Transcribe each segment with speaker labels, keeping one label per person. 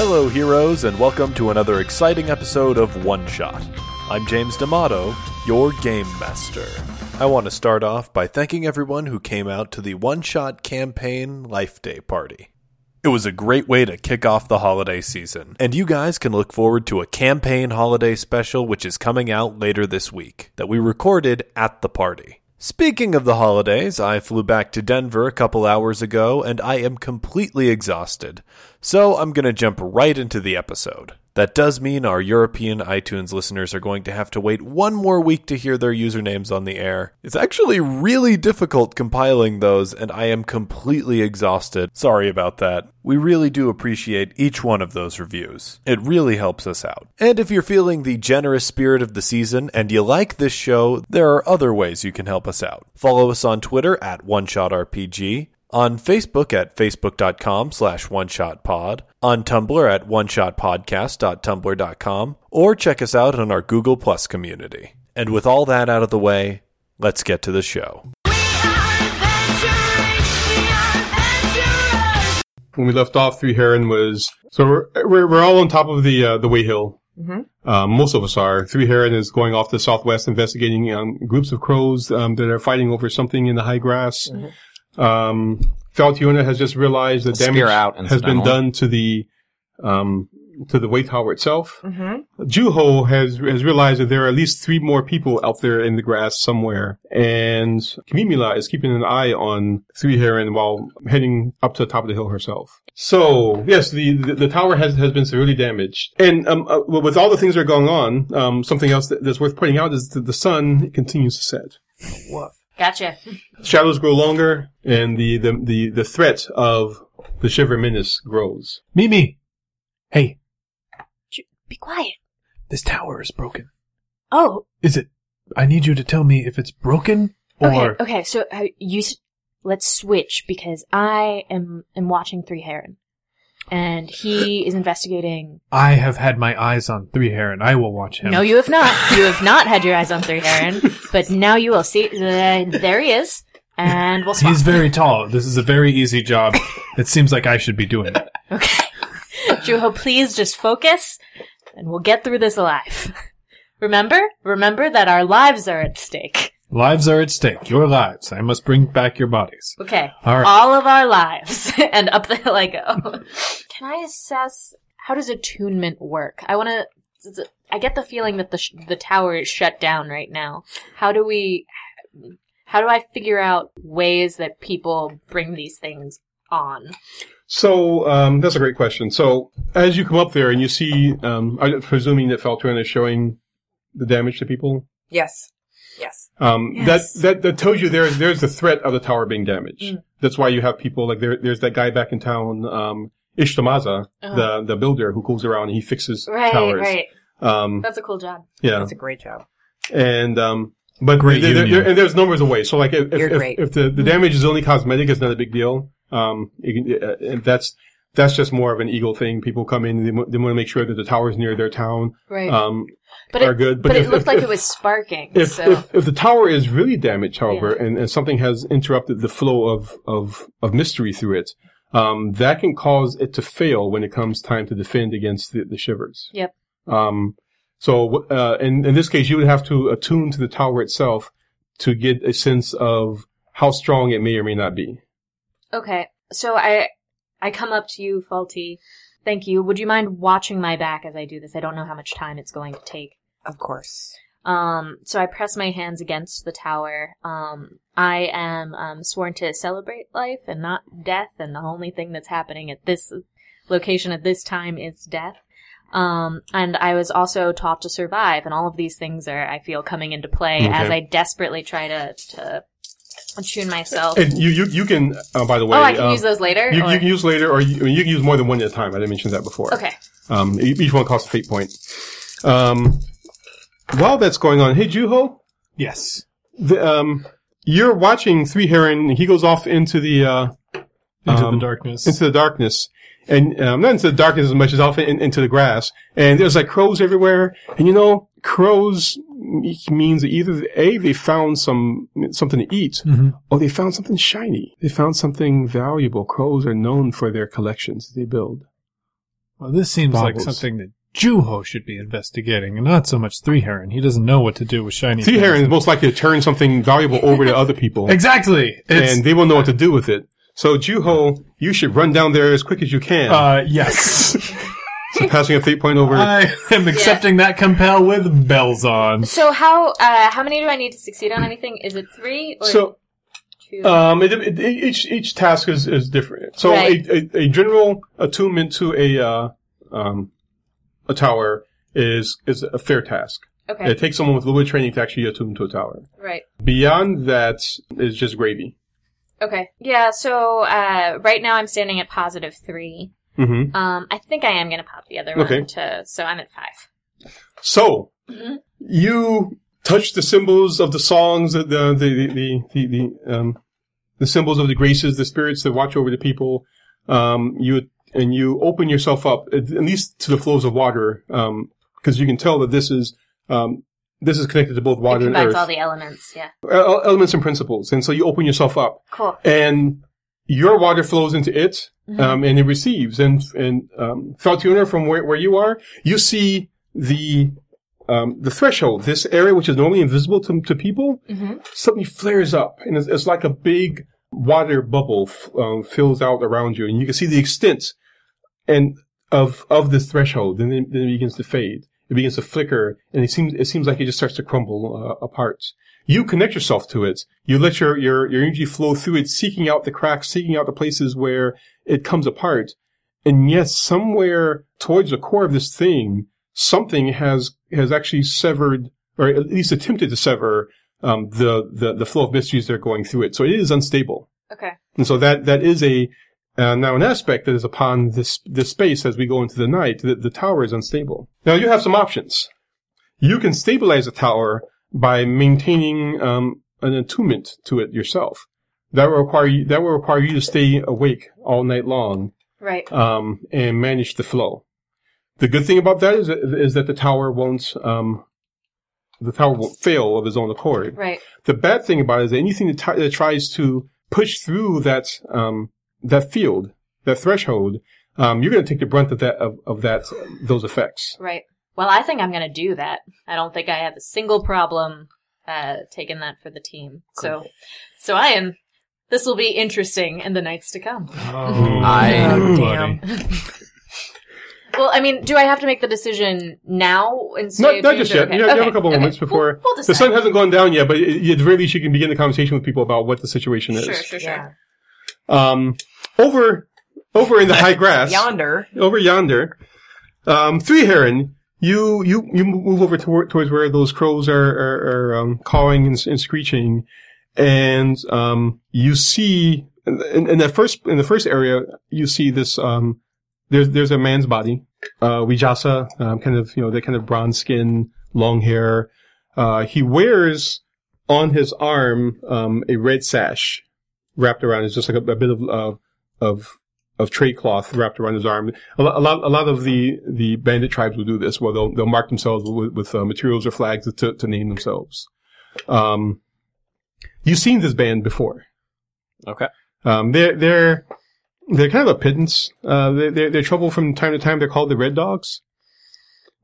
Speaker 1: Hello, heroes, and welcome to another exciting episode of One Shot. I'm James D'Amato, your game master. I want to start off by thanking everyone who came out to the One Shot Campaign Life Day party. It was a great way to kick off the holiday season, and you guys can look forward to a campaign holiday special which is coming out later this week that we recorded at the party. Speaking of the holidays, I flew back to Denver a couple hours ago and I am completely exhausted, so I'm going to jump right into the episode. That does mean our European iTunes listeners are going to have to wait one more week to hear their usernames on the air. It's actually really difficult compiling those, and I am completely exhausted. Sorry about that. We really do appreciate each one of those reviews. It really helps us out. And if you're feeling the generous spirit of the season and you like this show, there are other ways you can help us out. Follow us on Twitter at OneShotRPG on Facebook at facebook.com slash one shot pod, on Tumblr at one shot oneshotpodcast.tumblr.com, or check us out on our Google Plus community. And with all that out of the way, let's get to the show.
Speaker 2: when we left off, Three Heron was so we're we're, we're all on top of the uh, the way hill. Um, most of us are. Three Heron is going off to the southwest, investigating um, groups of crows um, that are fighting over something in the high grass. Um, Faltiona has just realized that
Speaker 3: Spear
Speaker 2: damage
Speaker 3: out,
Speaker 2: has been
Speaker 3: incidental.
Speaker 2: done to the um, to the way tower itself. Juho has has realized that there are at least three more people out there in the grass somewhere, and Kimimila is keeping an eye on Three Heron while heading up to the top of the hill herself. So yes, the the, the tower has has been severely damaged, and um, uh, with all the things that are going on, um, something else that, that's worth pointing out is that the sun continues to set
Speaker 4: Gotcha.
Speaker 2: shadows grow longer, and the the the, the threat of the shiver menace grows.
Speaker 5: Mimi, hey,
Speaker 4: Be quiet.
Speaker 5: this tower is broken.
Speaker 4: Oh,
Speaker 5: Is it? I need you to tell me if it's broken or
Speaker 4: okay. Okay, so uh, you s- let's switch because I am am watching Three Heron, and he is investigating.
Speaker 5: I have had my eyes on Three Heron. I will watch him.
Speaker 4: No, you have not. You have not had your eyes on Three Heron, but now you will see. Uh, there he is, and we'll swap.
Speaker 5: He's very tall. This is a very easy job. it seems like I should be doing it.
Speaker 4: okay, Juho, please just focus, and we'll get through this alive. Remember, remember that our lives are at stake.
Speaker 5: Lives are at stake. Your lives. I must bring back your bodies.
Speaker 4: Okay.
Speaker 5: All right.
Speaker 4: All of our lives. and up the hill I go. Can I assess how does attunement work? I want to. I get the feeling that the sh- the tower is shut down right now. How do we? How do I figure out ways that people bring these things on?
Speaker 2: So um, that's a great question. So as you come up there and you see, um, I'm presuming that Faltran is showing the damage to people.
Speaker 6: Yes. Yes.
Speaker 2: Um,
Speaker 4: Yes.
Speaker 2: That that that tells you there's there's the threat of the tower being damaged.
Speaker 4: Mm.
Speaker 2: That's why you have people like there. There's that guy back in town. Um, Ishtamaza, the the builder who goes around and he fixes
Speaker 4: Uh-huh. Right,
Speaker 2: towers.
Speaker 4: right.
Speaker 2: Um,
Speaker 4: That's a cool job.
Speaker 2: yeah,
Speaker 6: That's a great job.
Speaker 2: and um, but
Speaker 5: Great
Speaker 2: there- there-
Speaker 5: union.
Speaker 2: there- and there's numbers away. So like if if,
Speaker 6: You're
Speaker 2: if,
Speaker 6: great.
Speaker 2: if the,
Speaker 4: Mm-hmm.
Speaker 2: the damage is only cosmetic, it's not a big deal. Um, you can, uh, and that's that's just more of an eagle thing. People come in, they, mo- they want to make sure that the towers near their town
Speaker 4: Right.
Speaker 2: um,
Speaker 4: but
Speaker 2: are
Speaker 4: it,
Speaker 2: good.
Speaker 4: but
Speaker 2: if-
Speaker 4: it looked
Speaker 2: if-
Speaker 4: like
Speaker 2: if-
Speaker 4: it was sparking.
Speaker 2: If,
Speaker 4: so
Speaker 2: if if the tower is really damaged, however, and, and something has interrupted the flow of of of mystery through it, um, that can cause it to fail when it comes time to defend against the, the shivers.
Speaker 4: Yep.
Speaker 2: Um, so uh, in in this case, you would have to attune to the tower itself to get a sense of how strong it may or may not be.
Speaker 4: Okay. So I I come up to you, Faulty. Thank you. Would you mind watching my back as I do this? I don't know how much time it's going to take.
Speaker 6: Of course.
Speaker 4: Um, so I press my hands against the tower. Um, I am um, sworn to celebrate life and not death, and the only thing that's happening at this location at this time is death. Um, and I was also taught to survive, and all of these things are, I feel, coming into play as
Speaker 2: Okay.
Speaker 4: I desperately try to, to tune myself.
Speaker 2: And you you you can uh, by the way.
Speaker 4: oh, I can
Speaker 2: um,
Speaker 4: use those later?
Speaker 2: You,
Speaker 4: or-
Speaker 2: you can use later, or you, I mean, you can use more than one at a time. I didn't mention that before.
Speaker 4: okay.
Speaker 2: Um, e- each one costs a fate point. Um, while that's going on, hey Juho,
Speaker 5: Yes.
Speaker 2: the, um, you're watching Three Heron. He goes off into the uh,
Speaker 5: Into
Speaker 2: Um,
Speaker 5: the darkness.
Speaker 2: into the darkness, and um, not into the darkness as much as off in, into the grass. And there's like crows everywhere. And you know, crows m- means either a they found some something to eat,
Speaker 5: Mhm.
Speaker 2: or they found something shiny. They found something valuable. Crows are known for their collections they build.
Speaker 5: Well, this seems like
Speaker 2: Bobbles.
Speaker 5: something that Juho should be investigating, and not so much Three Heron. He doesn't know what to do with shiny.
Speaker 2: Sea
Speaker 5: things.
Speaker 2: Heron is most likely to turn something valuable over to other people,
Speaker 5: Exactly. It's,
Speaker 2: and they will know what to do with it. So, Juho, you should run down there as quick as you can.
Speaker 5: uh, yes.
Speaker 2: so passing a fate point over.
Speaker 5: I am accepting that compel with bells on.
Speaker 4: So how uh, how many do I need to succeed on anything? Is it three or
Speaker 2: so,
Speaker 4: two?
Speaker 2: Um, it, it, it- each each task is, is different. So
Speaker 4: Right.
Speaker 2: a, a, a general attunement to a uh, um, a tower is is a fair task.
Speaker 4: okay,
Speaker 2: It takes someone with a little bit of training to actually attune to a tower.
Speaker 4: right.
Speaker 2: Beyond that is just gravy.
Speaker 4: Okay, yeah. So uh, right now I'm standing at positive three.
Speaker 2: hmm
Speaker 4: Um, I think I am gonna pop the other
Speaker 2: Okay.
Speaker 4: one to. So I'm at five.
Speaker 2: So
Speaker 4: Mhm.
Speaker 2: you touch the symbols of the songs, the the the the, the, the um, the symbols of the graces, the spirits that watch over the people. Um, you and you open yourself up at at least to the flows of water, because you can tell that this is um, this is connected to both
Speaker 4: it
Speaker 2: water and
Speaker 4: combines
Speaker 2: earth,
Speaker 4: all the elements. Yeah,
Speaker 2: El- elements and principles. And so you open yourself up,
Speaker 4: cool.
Speaker 2: and your water flows into it, um, and it receives. And and um, Faltuna, from where, where you are, you see the um, the threshold, this area which is normally invisible to, to people,
Speaker 4: hmm
Speaker 2: suddenly flares up, and it's, it's like a big water bubble f- um, fills out around you, and you can see the extent and of of this threshold. And then, then it begins to fade. It begins to flicker, and it seems it seems like it just starts to crumble uh, apart. You connect yourself to it. You let your, your your energy flow through it, seeking out the cracks, seeking out the places where it comes apart. And yes, somewhere towards the core of this thing, something has has actually severed, or at least attempted to sever um, the, the the flow of mysteries that are going through it. So it is unstable,
Speaker 4: Okay.
Speaker 2: and so that that is a uh, now an aspect that is upon this this space as we go into the night. That the tower is unstable. Now you have some options. You can stabilize the tower by maintaining um, an attunement to it yourself. That will require you, that will require you to stay awake all night long
Speaker 4: Right.
Speaker 2: um, and manage the flow. The good thing about that is is that the tower won't um, the tower won't fail of its own accord.
Speaker 4: Right.
Speaker 2: The bad thing about it is that anything that, t- that tries to push through that um, that field, that threshold, um, you're going to take the brunt of that of, of that those effects.
Speaker 4: Right. Well, I think I'm gonna do that. I don't think I have a single problem uh, taking that for the team. So, so I am. This will be interesting in the nights to come.
Speaker 3: I-
Speaker 6: Oh,
Speaker 5: buddy.
Speaker 6: damn.
Speaker 4: Well, I mean, do I have to make the decision now instead?
Speaker 2: Not,
Speaker 4: of
Speaker 2: not
Speaker 4: James,
Speaker 2: just
Speaker 4: or-
Speaker 2: yet.
Speaker 4: okay,
Speaker 2: You, have, you have
Speaker 4: okay,
Speaker 2: a couple
Speaker 4: okay.
Speaker 2: moments before
Speaker 4: We'll, we'll
Speaker 2: the
Speaker 4: decide.
Speaker 2: sun hasn't gone down yet, but it, it- at the very least you can begin the conversation with people about what the situation is.
Speaker 4: Sure, sure, sure.
Speaker 6: Yeah.
Speaker 2: Um, over over in the high grass.
Speaker 6: Yonder.
Speaker 2: over yonder. Um, Three Heron, you you you move over toward, towards where those crows are are, are um, cawing and, and screeching, and um, you see in, in that first in the first area you see this um, there's there's a man's body, uh, Wijasa, um, kind of you know that kind of bronze skin, long hair. Uh, he wears on his arm um, a red sash wrapped around. It's just like a, a bit of uh, of of trade cloth wrapped around his arm. A, lo- a lot, a lot of the, the bandit tribes will do this, where they'll, they'll mark themselves with, with uh, materials or flags to, to name themselves. Um, you've seen this band before.
Speaker 3: Okay.
Speaker 2: Um, they're, they're, they're kind of a pittance. Uh, they're, they're, they're trouble from time to time. They're called the Red Dogs.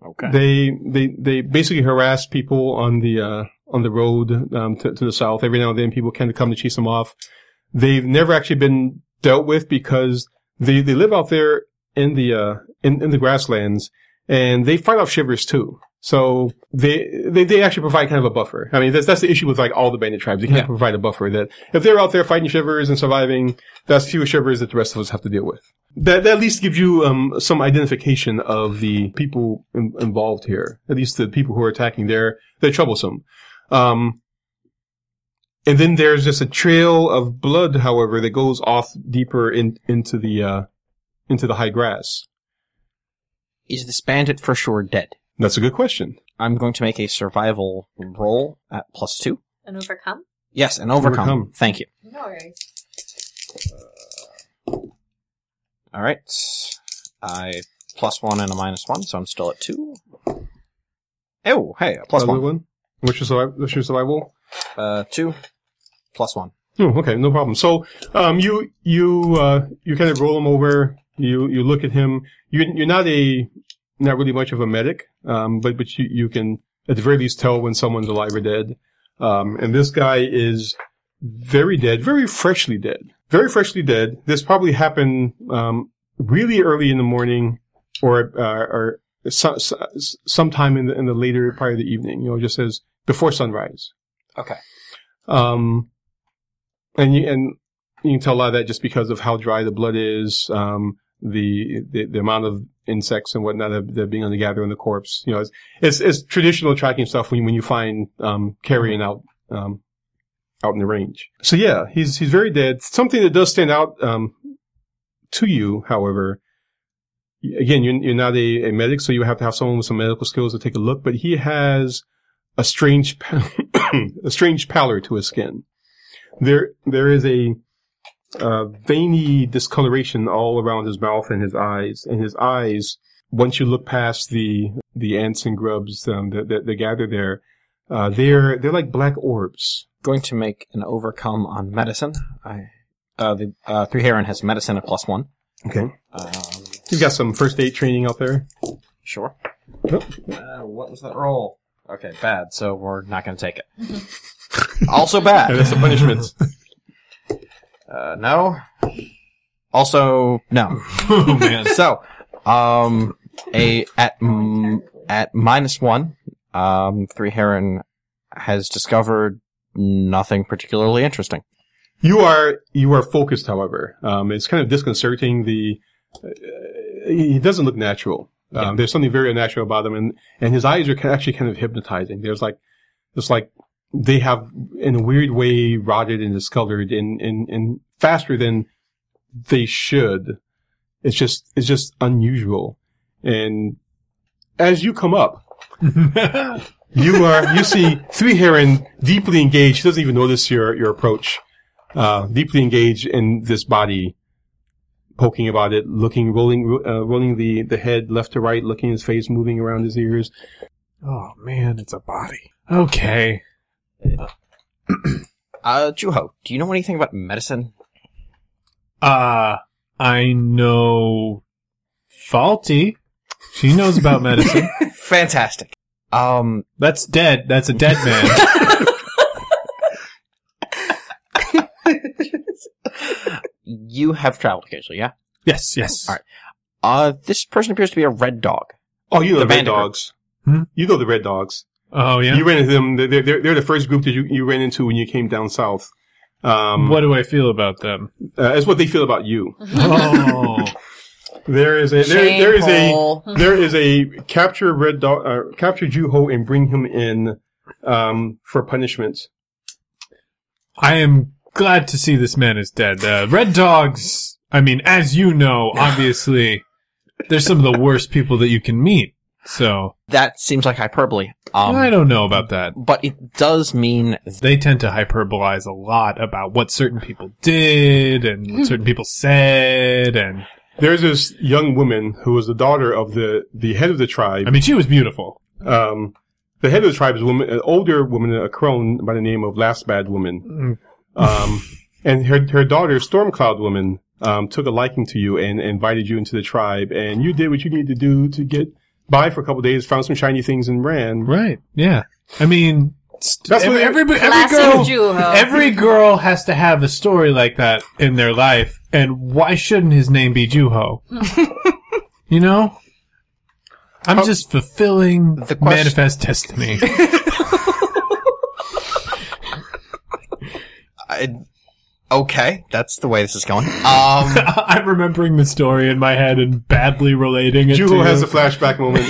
Speaker 3: Okay.
Speaker 2: They, they, they basically harass people on the, uh, on the road, um, to, to the south. Every now and then people kind of come to chase them off. They've never actually been dealt with because they, they live out there in the, uh, in, in the grasslands and they fight off shivers too. So they, they, they actually provide kind of a buffer. I mean, that's, that's the issue with like all the bandit tribes. They kind of provide a buffer that if they're out there fighting shivers and surviving, that's fewer shivers that the rest of us have to deal with. That, that at least gives you um, some identification of the people in, involved here. At least the people who are attacking. They're they're troublesome. Um, and then there's just a trail of blood, however, that goes off deeper in, into the uh, into the high grass.
Speaker 3: Is this bandit for sure dead?
Speaker 2: That's a good question.
Speaker 3: I'm going to make a survival roll at plus two.
Speaker 4: and overcome.
Speaker 3: Yes, and overcome.
Speaker 2: Overcome.
Speaker 3: Thank you.
Speaker 4: No worries.
Speaker 3: All right. I plus one and a minus one, so I'm still at two. Oh, hey, a plus
Speaker 2: Another
Speaker 3: one.
Speaker 2: one. What's your survival? What's your survival?
Speaker 3: Uh, two, plus one.
Speaker 2: Oh, okay, no problem. So, um, you you uh, you kind of roll them over, You you look at him. You're, you're not a not really much of a medic, um, but but you, you can at the very least tell when someone's alive or dead. Um, and this guy is very dead, very freshly dead, very freshly dead. This probably happened um, really early in the morning, or uh, or so, so, sometime in the in the later part of the evening. You know, just as before sunrise.
Speaker 3: Okay.
Speaker 2: Um, and you and you can tell a lot of that just because of how dry the blood is, um, the, the the amount of insects and whatnot that, that are being on the gather in the corpse. You know, it's it's, it's traditional tracking stuff when you, when you find um, carrion out um, out in the range. So yeah, he's he's very dead. Something that does stand out um, to you, however. Again, you're, you're not a, a medic, so you have to have someone with some medical skills to take a look. But he has a strange, pa- a strange pallor to his skin. There, there is a uh, veiny discoloration all around his mouth and his eyes. And his eyes, once you look past the the ants and grubs um, that, that, that gather there, uh, they're they're like black orbs.
Speaker 3: Going to make an overcome on medicine. I uh, the uh, three heron has medicine at plus one.
Speaker 2: Okay,
Speaker 3: Um,
Speaker 2: he's got some first aid training out there.
Speaker 3: sure. Uh, what was that roll? Okay, bad. So we're not going to take it. also
Speaker 2: And
Speaker 3: bad.
Speaker 2: that's the punishment.
Speaker 3: Uh, no. Also no.
Speaker 5: oh man.
Speaker 3: so, um, a at m- at minus one, um, three heron has discovered nothing particularly interesting.
Speaker 2: You are you are focused, however. Um, it's kind of disconcerting. The uh, he doesn't look natural. Um, There's something very unnatural about him, and and his eyes are ki- actually kind of hypnotizing. There's like it's like they have in a weird way rotted and discolored, and and and faster than they should. It's just it's just unusual, and as you come up, you are you see three heron deeply engaged. He doesn't even notice your your approach. Uh, deeply engaged in this body, poking about it, looking, rolling, uh, rolling the the head left to right, looking at his face, moving around his ears.
Speaker 5: Oh man, it's a body. Okay.
Speaker 3: Uh, Juho, do you know anything about medicine?
Speaker 5: Uh I know Faulty. She knows about medicine.
Speaker 3: Fantastic. Um,
Speaker 5: That's dead. That's a dead man.
Speaker 3: you have traveled occasionally, yeah?
Speaker 5: yes, yes.
Speaker 3: All right. Uh, this person appears to be a red dog.
Speaker 2: Oh, you know
Speaker 3: The
Speaker 2: the, red
Speaker 3: Vandiver.
Speaker 2: dogs.
Speaker 5: Hmm?
Speaker 2: You know the red dogs.
Speaker 5: Oh yeah.
Speaker 2: You ran into them. They're, they're they're the first group that you, you ran into when you came down south. Um,
Speaker 5: what do I feel about them?
Speaker 2: uh, that's what they feel about you.
Speaker 5: Oh.
Speaker 2: There is a there,
Speaker 6: Shame
Speaker 2: there is a
Speaker 6: hole.
Speaker 2: there is a capture red dog, uh, capture Juho and bring him in um, for punishment.
Speaker 5: I am glad to see this man is dead. Uh, red dogs, I mean, as you know, obviously, they're some of the worst people that you can meet. So,
Speaker 3: That seems like hyperbole.
Speaker 5: I
Speaker 3: Um,
Speaker 5: don't know about that.
Speaker 3: but it does mean
Speaker 5: They tend to hyperbolize a lot about what certain people did and what certain people said. And,
Speaker 2: There's this young woman who was the daughter of the, the head of the tribe.
Speaker 5: I mean, she was beautiful.
Speaker 2: um, the head of the tribe is a woman, an older woman, a crone by the name of Last Bad
Speaker 5: Mm.
Speaker 2: Woman. Um, and her, her daughter, Stormcloud Woman, um, took a liking to you and, invited you into the tribe. And you did what you needed to do to get by for a couple days, found some shiny things and ran.
Speaker 5: Right. Yeah. I mean, st-
Speaker 2: That's what-
Speaker 5: every, everybody-
Speaker 4: Classic
Speaker 5: every girl,
Speaker 4: Juho.
Speaker 5: every girl has to have a story like that in their life. And why shouldn't his name be Juho? you know? I'm
Speaker 2: Oh.
Speaker 5: just fulfilling
Speaker 3: The question-
Speaker 5: manifest destiny.
Speaker 3: I, uh, okay, that's the way this is going. Um,
Speaker 5: I'm remembering the story in my head and badly relating it to
Speaker 2: Juho has
Speaker 5: you.
Speaker 2: a flashback moment.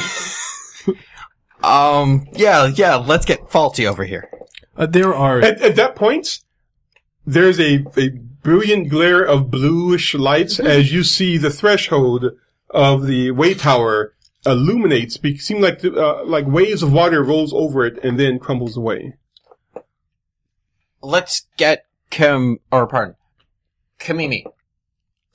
Speaker 3: um, yeah, yeah, let's get faulty over here.
Speaker 5: Uh, there are
Speaker 2: at, at that point, there's a, a brilliant glare of bluish lights
Speaker 5: Mm-hmm.
Speaker 2: as you see the threshold of the way tower illuminates, be- seem like the, uh, like waves of water rolls over it and then crumbles away.
Speaker 3: Let's get Kim, or pardon, Kamimi.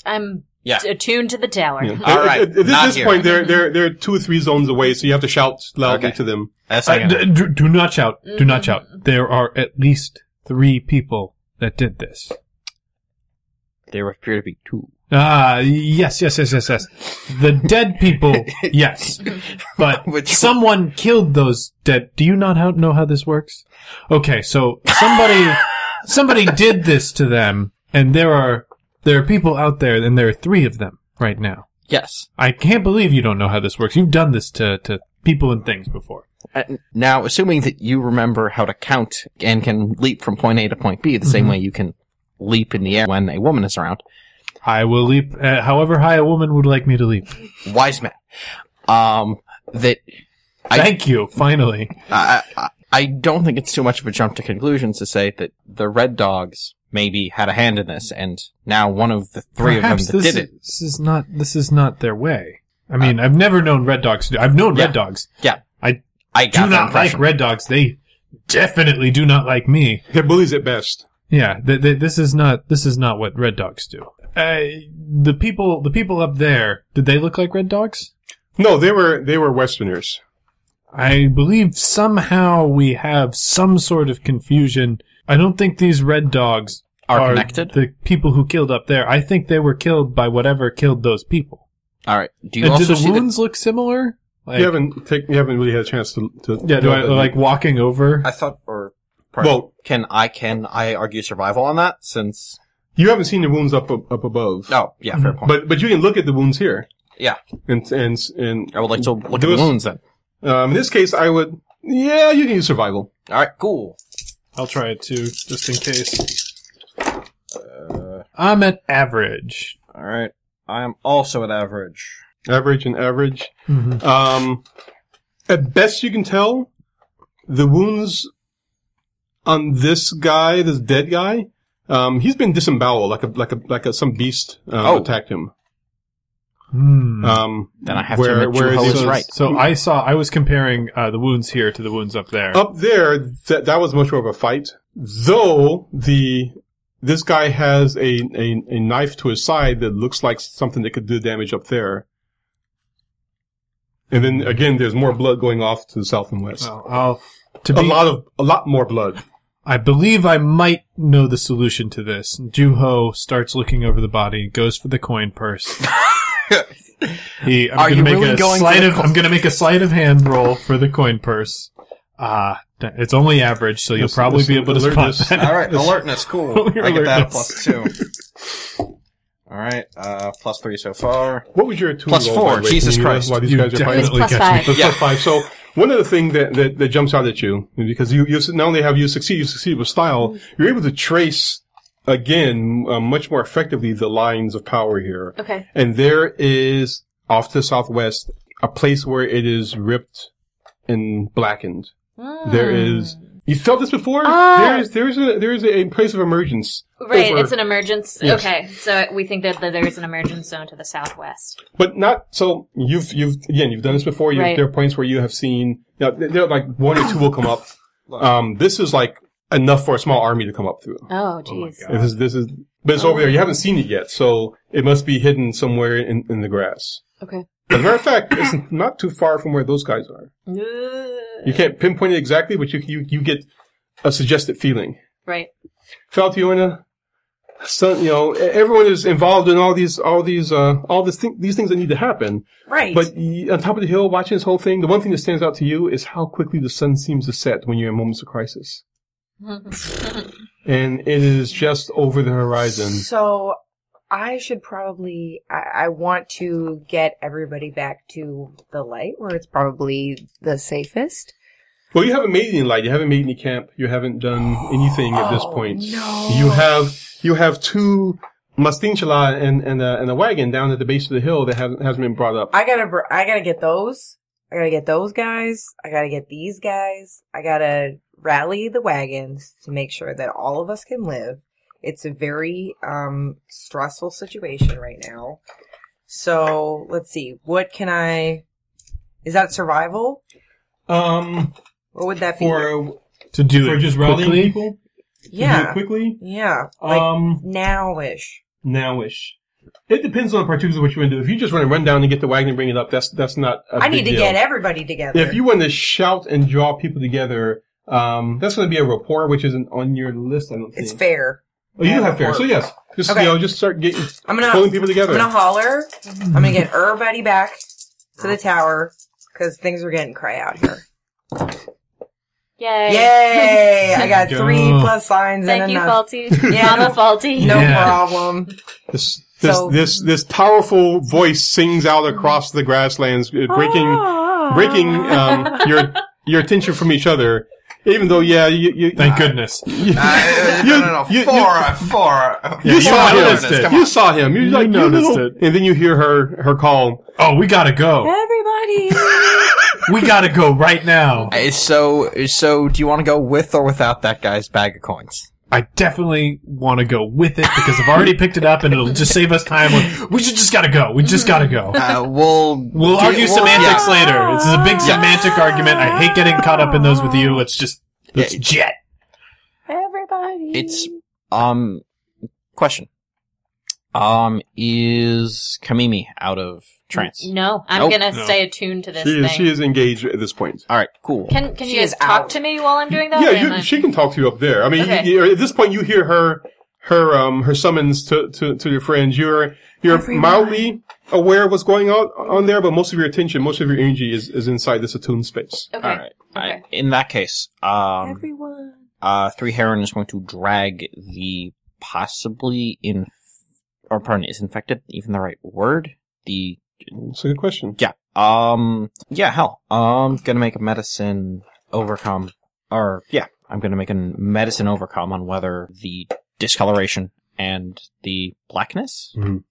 Speaker 4: I'm
Speaker 3: Yeah.
Speaker 4: t- attuned to the tower.
Speaker 2: Yeah.
Speaker 3: All
Speaker 2: At-
Speaker 3: right,
Speaker 2: at, at this-
Speaker 3: not
Speaker 2: this
Speaker 3: here.
Speaker 2: point,
Speaker 5: Mm-hmm.
Speaker 2: they're they're they're two or three zones away, so you have to shout loudly
Speaker 3: Okay.
Speaker 2: to them.
Speaker 3: That's
Speaker 5: Uh, d- do, do not shout. Do not shout. There are at least three people that did this.
Speaker 3: there appear to be two.
Speaker 5: Ah, yes, yes, yes, yes, yes. The dead people, yes. But
Speaker 3: Which-
Speaker 5: someone killed those dead. Do you not how, know how this works? Okay, so somebody, somebody did this to them, and there are there are people out there, and there are three of them right now.
Speaker 3: Yes.
Speaker 5: I can't believe you don't know how this works. You've done this to to people and things before.
Speaker 3: Uh, now, assuming that you remember how to count and can leap from point A to point B the same
Speaker 5: Mm-hmm.
Speaker 3: way you can leap in the air when a woman is around,
Speaker 5: I will leap, uh, however high a woman would like me to leap.
Speaker 3: wise man, um, that I-
Speaker 5: Thank you. Finally,
Speaker 3: I, I, I don't think it's too much of a jump to conclusions to say that the Red Dogs maybe had a hand in this, and now one of the three
Speaker 5: Perhaps
Speaker 3: of them that
Speaker 5: this
Speaker 3: did it. Uh,
Speaker 5: is- This is not this is not their way. I mean, I've never known red dogs to do. I've known red
Speaker 3: Yeah.
Speaker 5: dogs.
Speaker 3: Yeah.
Speaker 5: I
Speaker 3: I
Speaker 5: do
Speaker 3: got that
Speaker 5: not like
Speaker 3: impression.
Speaker 5: red dogs. They definitely do not like me.
Speaker 2: They're bullies at best.
Speaker 5: Yeah, th- th- this is not this is not what red dogs do. Uh, the people the people up there did they look like red dogs?
Speaker 2: No, they were they were Westerners.
Speaker 5: I believe somehow we have some sort of confusion. I don't think these red dogs
Speaker 3: Are connected?
Speaker 5: The people who killed up there, I think they were killed by whatever killed those people.
Speaker 3: All right. Do you
Speaker 5: And do
Speaker 3: also
Speaker 5: the
Speaker 3: see
Speaker 5: wounds look similar? Like,
Speaker 2: you haven't take, you haven't really had a chance to. to
Speaker 5: Yeah, do I like walking over?
Speaker 3: That, I thought, or
Speaker 2: Well,
Speaker 3: can I can I argue survival on that? Since
Speaker 2: you haven't seen the wounds up up above.
Speaker 3: oh yeah,
Speaker 5: Mm-hmm.
Speaker 3: fair point.
Speaker 2: But but you can look at the wounds here.
Speaker 3: Yeah.
Speaker 2: And and and
Speaker 3: I would like to look at
Speaker 2: Do
Speaker 3: the
Speaker 2: us-
Speaker 3: wounds then.
Speaker 2: um, in this case, I would. Yeah, you can use survival.
Speaker 3: All right, cool.
Speaker 5: I'll try it too, just in case. Uh, I'm at average.
Speaker 3: All right. I am also at average.
Speaker 2: Average and average.
Speaker 5: Mm-hmm.
Speaker 2: Um, at best, you can tell the wounds on this guy, this dead guy. Um, he's been disemboweled, like a like a like a, some beast uh,
Speaker 3: Oh.
Speaker 2: attacked him.
Speaker 5: Hmm.
Speaker 2: Um,
Speaker 3: Then I have to admit Juho
Speaker 2: this
Speaker 3: is
Speaker 5: so,
Speaker 3: right.
Speaker 5: So I saw. I was comparing uh, the wounds here to the wounds up there.
Speaker 2: Up there, that that was much more of a fight. Though the this guy has a, a a knife to his side that looks like something that could do damage up there. And then again, there's more blood going off to the south and west.
Speaker 5: Well, I'll, to
Speaker 2: a
Speaker 5: be,
Speaker 2: lot of a lot more blood.
Speaker 5: I believe I might know the solution to this. Juho starts looking over the body, goes for the coin purse. He, I'm
Speaker 3: Are
Speaker 5: gonna
Speaker 3: you
Speaker 5: make
Speaker 3: really
Speaker 5: a
Speaker 3: going
Speaker 5: sleight
Speaker 3: for the
Speaker 5: of,
Speaker 3: co-
Speaker 5: I'm going to make a sleight of hand roll for the coin purse. Ah, uh, it's only average, so you'll
Speaker 2: Let's-
Speaker 5: probably
Speaker 2: let's
Speaker 5: be able to
Speaker 2: alert
Speaker 5: spot
Speaker 2: this.
Speaker 5: that.
Speaker 3: All right, alertness, cool.
Speaker 5: Your
Speaker 3: I get that a
Speaker 5: alertness.
Speaker 3: plus two. All right, uh, plus three so far.
Speaker 2: What was your two
Speaker 3: Plus
Speaker 2: roll,
Speaker 3: four,
Speaker 2: by the way? Can
Speaker 3: Jesus
Speaker 2: you realize
Speaker 5: Christ.
Speaker 2: Why these
Speaker 5: You
Speaker 2: guys are fighting?
Speaker 5: definitely
Speaker 4: It's plus
Speaker 5: catch me.
Speaker 4: five.
Speaker 2: That's
Speaker 3: Yeah.
Speaker 2: plus five. So one of the things that, that, that jumps out at you because you, you s- not only have you succeed, you succeed with style.
Speaker 5: Mm-hmm.
Speaker 2: You're able to trace again uh, much more effectively the lines of power here.
Speaker 4: Okay.
Speaker 2: And there is off to the southwest a place where it is ripped and blackened. There is. You felt this before.
Speaker 4: Hmm. Ah.
Speaker 2: there is there is a there is a place of emergence.
Speaker 4: Hmm. Right,
Speaker 2: over-
Speaker 4: it's an emergence.
Speaker 2: Yes.
Speaker 4: Okay, so we think that that there is an emergence zone to the southwest.
Speaker 2: But not so you've you've again you've done this before. You,
Speaker 4: Right.
Speaker 2: There are points where you have seen now there there are like one or two will come up. Um, this is like enough for a small army to come up through.
Speaker 4: Oh, jeez.
Speaker 2: This is this is but it's over there. You haven't seen it yet, so it must be hidden somewhere in, in the grass.
Speaker 4: Okay.
Speaker 2: As a matter of fact, it's not too far from where those guys are. You can't pinpoint it exactly, but you you, you get a suggested feeling.
Speaker 4: Right.
Speaker 2: Faltiona, son, you know, everyone is involved in all these all these uh all this thing, these things that need to happen.
Speaker 6: Right.
Speaker 2: But y- on top of the hill, watching this whole thing, the one thing that stands out to you is how quickly the sun seems to set when you're in moments of crisis. and it is just over the horizon.
Speaker 6: So I should probably I, I want to get everybody back to the light where it's probably the safest.
Speaker 2: Well, you haven't made any light. You haven't made any camp. You haven't done anything at this
Speaker 6: Oh,
Speaker 2: point.
Speaker 6: no.
Speaker 2: You have you have two mastinchola and and a, and a wagon down at the base of the hill that hasn't hasn't been brought up.
Speaker 6: I gotta br- I gotta get those. I gotta get those guys. I gotta get these guys. I gotta rally the wagons to make sure that all of us can live. It's a very um stressful situation right now. So let's see. What can I? Is that survival?
Speaker 2: Um,
Speaker 6: What would that be?
Speaker 2: for
Speaker 5: to do
Speaker 2: for
Speaker 5: it
Speaker 2: just rallying
Speaker 5: quickly.
Speaker 2: people. Do it
Speaker 6: yeah,
Speaker 2: quickly.
Speaker 6: yeah, like
Speaker 2: um,
Speaker 6: now-ish.
Speaker 2: nowish. It depends on the particulars of what you want to do. If you just want to run down and get the wagon and bring it up, that's that's not. I
Speaker 6: I need to get everybody together.
Speaker 2: If you want to shout and draw people together, um, that's going to be a rapport, which isn't on your list. I don't think.
Speaker 6: it's fair.
Speaker 2: Oh, you
Speaker 6: Yeah,
Speaker 2: have fair.
Speaker 6: before-
Speaker 2: So yes, just
Speaker 6: Okay.
Speaker 2: you know, just start getting
Speaker 6: I'm gonna
Speaker 2: pulling people
Speaker 6: I'm
Speaker 2: together.
Speaker 6: gonna holler. I'm gonna get everybody back to the tower because things are getting cray out here.
Speaker 4: Yay.
Speaker 6: Yay! I got
Speaker 5: Go.
Speaker 6: three plus signs
Speaker 4: Thank
Speaker 6: and
Speaker 4: you,
Speaker 6: enough.
Speaker 4: Faulty.
Speaker 6: Yeah.
Speaker 4: Mama Faulty.
Speaker 6: No
Speaker 5: Yeah.
Speaker 6: problem.
Speaker 2: This this,
Speaker 6: So-
Speaker 2: this this powerful voice sings out across the grasslands, uh, breaking
Speaker 6: Oh.
Speaker 2: breaking um, your your tension from each other. Even though, yeah, you you,
Speaker 5: Thank goodness.
Speaker 7: Uh, no, no, no.
Speaker 2: You- you-
Speaker 7: four, uh, four. uh,
Speaker 2: you
Speaker 5: Yeah, you
Speaker 2: saw
Speaker 5: noticed
Speaker 2: him.
Speaker 5: it.
Speaker 7: Come
Speaker 2: You
Speaker 7: on.
Speaker 2: saw him. You,
Speaker 5: You
Speaker 2: like you
Speaker 5: noticed
Speaker 2: little-
Speaker 5: it.
Speaker 2: and then you hear her her call.
Speaker 5: Oh, we gotta go.
Speaker 6: Everybody.
Speaker 5: We gotta go right now.
Speaker 3: Uh, So, so do you want to go with or without that guy's bag of coins?
Speaker 5: I definitely want to go with it because I've already picked it up and it'll just save us time. When, we should just gotta go. We just gotta go.
Speaker 3: Uh, we'll
Speaker 5: We'll
Speaker 3: get-
Speaker 5: argue
Speaker 3: we'll-
Speaker 5: semantics
Speaker 3: yeah.
Speaker 5: later. This is a big
Speaker 3: Yeah.
Speaker 5: semantic argument. I hate getting caught up in those with you. Let's just let's
Speaker 3: Yeah.
Speaker 5: jet.
Speaker 6: Everybody.
Speaker 3: It's um question. Um, is Kamimi out of trance?
Speaker 4: No, I'm
Speaker 3: Nope.
Speaker 4: gonna
Speaker 5: No.
Speaker 4: stay attuned to this
Speaker 2: She is,
Speaker 4: thing.
Speaker 2: she is engaged at this point.
Speaker 3: All right, cool.
Speaker 4: Can can
Speaker 6: She
Speaker 4: you guys
Speaker 6: is
Speaker 4: talk
Speaker 6: out.
Speaker 4: to me while I'm doing that? Or am
Speaker 2: Yeah,
Speaker 4: I-
Speaker 2: you, she can talk to you up there. I mean,
Speaker 4: Okay.
Speaker 2: you, you- at this point, you hear her her um her summons to to, to your friends. You're you're mildly aware of what's going on on there, but most of your attention, most of your energy is, is inside this attuned space.
Speaker 4: okay.
Speaker 3: All right. I-
Speaker 4: Okay.
Speaker 3: in that case, um,
Speaker 6: everyone.
Speaker 3: uh, Three Heron is going to drag the possibly in, or pardon, is infected even the right word? The
Speaker 2: It's a good question.
Speaker 3: yeah, um, yeah, hell, um, gonna make a medicine overcome, or yeah, I'm gonna make a medicine overcome on whether the discoloration and the blackness
Speaker 2: Mhm.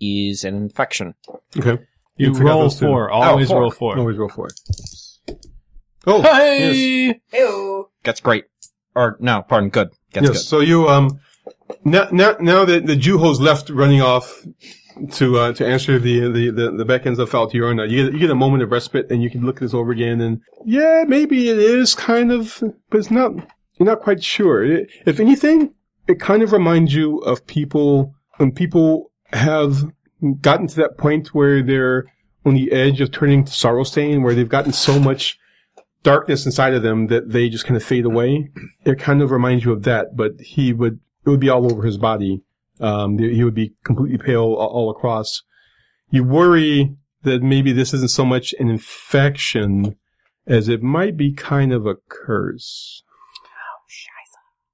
Speaker 3: is an infection.
Speaker 2: Okay,
Speaker 5: You
Speaker 2: forgot
Speaker 5: roll
Speaker 2: those two. Oh,
Speaker 5: four. Always
Speaker 3: four.
Speaker 5: roll four.
Speaker 2: Always roll for it. Oh,
Speaker 5: Hey!
Speaker 2: yes.
Speaker 6: Ew.
Speaker 3: That's great, or no, pardon, good. That's
Speaker 2: yes. So you um now now now that the Juho's left running off to uh, to answer the the the, the back ends of Faltiorna, you get, you get a moment of respite and you can look this over again and yeah, maybe it is kind of, but it's not. You're not quite sure. It, if anything, it kind of reminds you of people when people have gotten to that point where they're on the edge of turning to sorrow stain, where they've gotten so much darkness inside of them that they just kind of fade away it kind of reminds you of that, but he would it would be all over his body. Um, he would be completely pale all, all across. You worry that maybe this isn't so much an infection as it might be kind of a curse.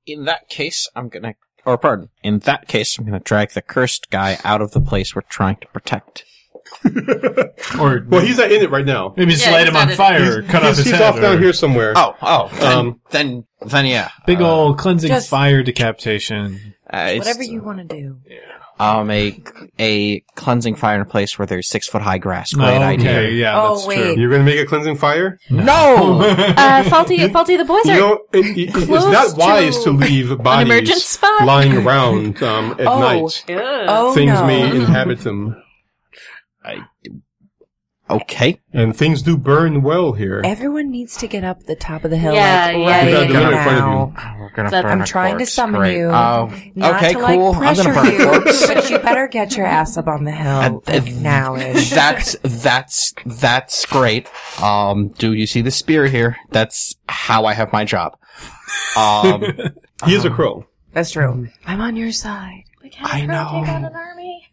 Speaker 3: In that case, I'm gonna, or pardon, in that case, I'm gonna drag the cursed guy out of the place we're trying to protect.
Speaker 5: Or
Speaker 2: Well, he's not in it right now.
Speaker 5: maybe just
Speaker 4: Yeah,
Speaker 5: light
Speaker 4: he's
Speaker 5: him on
Speaker 4: not in-
Speaker 5: fire or cut off
Speaker 2: he's,
Speaker 5: his
Speaker 2: he's
Speaker 5: head.
Speaker 2: off down
Speaker 5: or-
Speaker 2: here somewhere.
Speaker 3: Oh, oh, then,
Speaker 2: Um,
Speaker 3: then, then, yeah,
Speaker 5: Big
Speaker 3: uh,
Speaker 5: old cleansing
Speaker 6: just-
Speaker 5: fire decapitation.
Speaker 3: uh, it's,
Speaker 6: Whatever you want to do.
Speaker 3: Um, a a cleansing fire in a place where there's six foot high grass. Great
Speaker 5: oh,
Speaker 3: idea.
Speaker 5: okay, yeah,
Speaker 6: Oh,
Speaker 5: that's
Speaker 6: wait.
Speaker 5: true.
Speaker 2: You're going to make a cleansing fire?
Speaker 3: No,
Speaker 4: Uh, faulty, faulty. The boys
Speaker 2: You
Speaker 4: are
Speaker 2: know, it, it- it's
Speaker 4: Close
Speaker 2: not wise to,
Speaker 4: to
Speaker 2: leave
Speaker 4: an emergent
Speaker 2: bodies
Speaker 4: spot.
Speaker 2: lying around um, at
Speaker 6: Oh.
Speaker 2: night.
Speaker 4: Ew.
Speaker 6: Oh
Speaker 2: Things
Speaker 6: no.
Speaker 2: may inhabit them,
Speaker 3: okay.
Speaker 2: and things do burn well here.
Speaker 6: Everyone needs to get up the top of the hill.
Speaker 4: Yeah,
Speaker 6: like,
Speaker 4: yeah,
Speaker 6: right
Speaker 4: yeah, yeah.
Speaker 2: Without the light in front
Speaker 6: now.
Speaker 3: We're gonna
Speaker 4: That's-
Speaker 3: burn
Speaker 4: I'm
Speaker 3: a
Speaker 6: trying to
Speaker 3: corpse.
Speaker 6: summon
Speaker 3: Great.
Speaker 6: you.
Speaker 3: Oh,
Speaker 6: Not
Speaker 3: okay,
Speaker 6: to,
Speaker 3: cool.
Speaker 6: Like,
Speaker 3: I'm gonna
Speaker 6: pressure
Speaker 3: burn a
Speaker 6: you,
Speaker 3: corpse.
Speaker 6: but you better get your ass up on the hill
Speaker 3: Uh, uh,
Speaker 6: now.
Speaker 3: that's that's that's great. Um, do you see the spear here? That's how I have my job. Um,
Speaker 2: He is a crow.
Speaker 6: That's true. I'm on your side.
Speaker 4: We can't
Speaker 3: I
Speaker 4: ever
Speaker 3: know.
Speaker 4: Take out an army.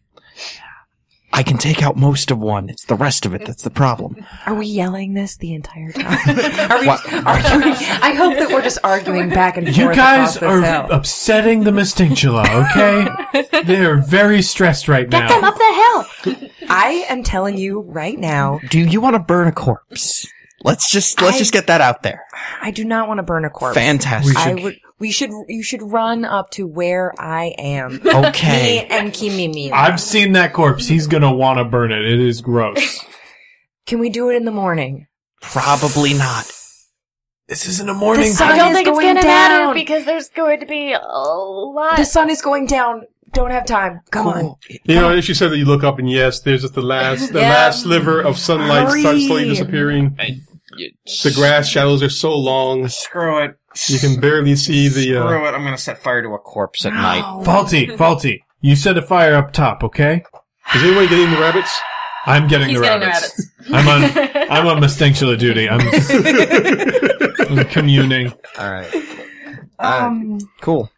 Speaker 3: I can take out most of one. It's the rest of it that's the problem.
Speaker 6: Are we yelling this the entire time? are we?
Speaker 3: What?
Speaker 6: Are we I hope that we're just arguing back and forth.
Speaker 5: You guys
Speaker 6: across
Speaker 5: are
Speaker 6: this
Speaker 4: uh,
Speaker 6: hill.
Speaker 5: upsetting the Mistingula, okay? They're very stressed right now.
Speaker 4: Get them up the hill.
Speaker 6: I am telling you right now.
Speaker 3: Do you want to burn a corpse? Let's just let's
Speaker 6: I-
Speaker 3: just get that out there.
Speaker 6: I do not want to burn a corpse.
Speaker 3: Fantastic.
Speaker 6: I would. We should. You should run up to where I am. Me
Speaker 3: okay.
Speaker 6: and Kimimi.
Speaker 5: I've seen that corpse. He's gonna want to burn it. It is gross.
Speaker 6: Can we do it in the morning?
Speaker 3: Probably not.
Speaker 5: this isn't a morning.
Speaker 6: The
Speaker 4: I
Speaker 6: sun
Speaker 4: don't
Speaker 6: is
Speaker 4: think it's
Speaker 6: going
Speaker 4: gonna
Speaker 6: down.
Speaker 4: matter because there's going to be a lot.
Speaker 6: The sun is going down. Don't have time. Come on.
Speaker 3: Cool.
Speaker 2: You know, as you said that you look up and yes, there's just the last, the
Speaker 6: Yeah.
Speaker 2: last sliver of sunlight starts slowly
Speaker 6: Hurry.
Speaker 2: disappearing. The grass shadows are so long,
Speaker 7: Screw it.
Speaker 2: you can barely see the. Uh,
Speaker 7: Screw it. I'm gonna set fire to a corpse at night.
Speaker 5: faulty, faulty. You set a fire up top, okay?
Speaker 2: is anyone getting the rabbits?
Speaker 5: I'm getting
Speaker 4: He's
Speaker 5: the
Speaker 4: getting the
Speaker 5: rabbits. I'm on. I'm on Mistingula duty. I'm, I'm communing.
Speaker 3: All right. Um, cool.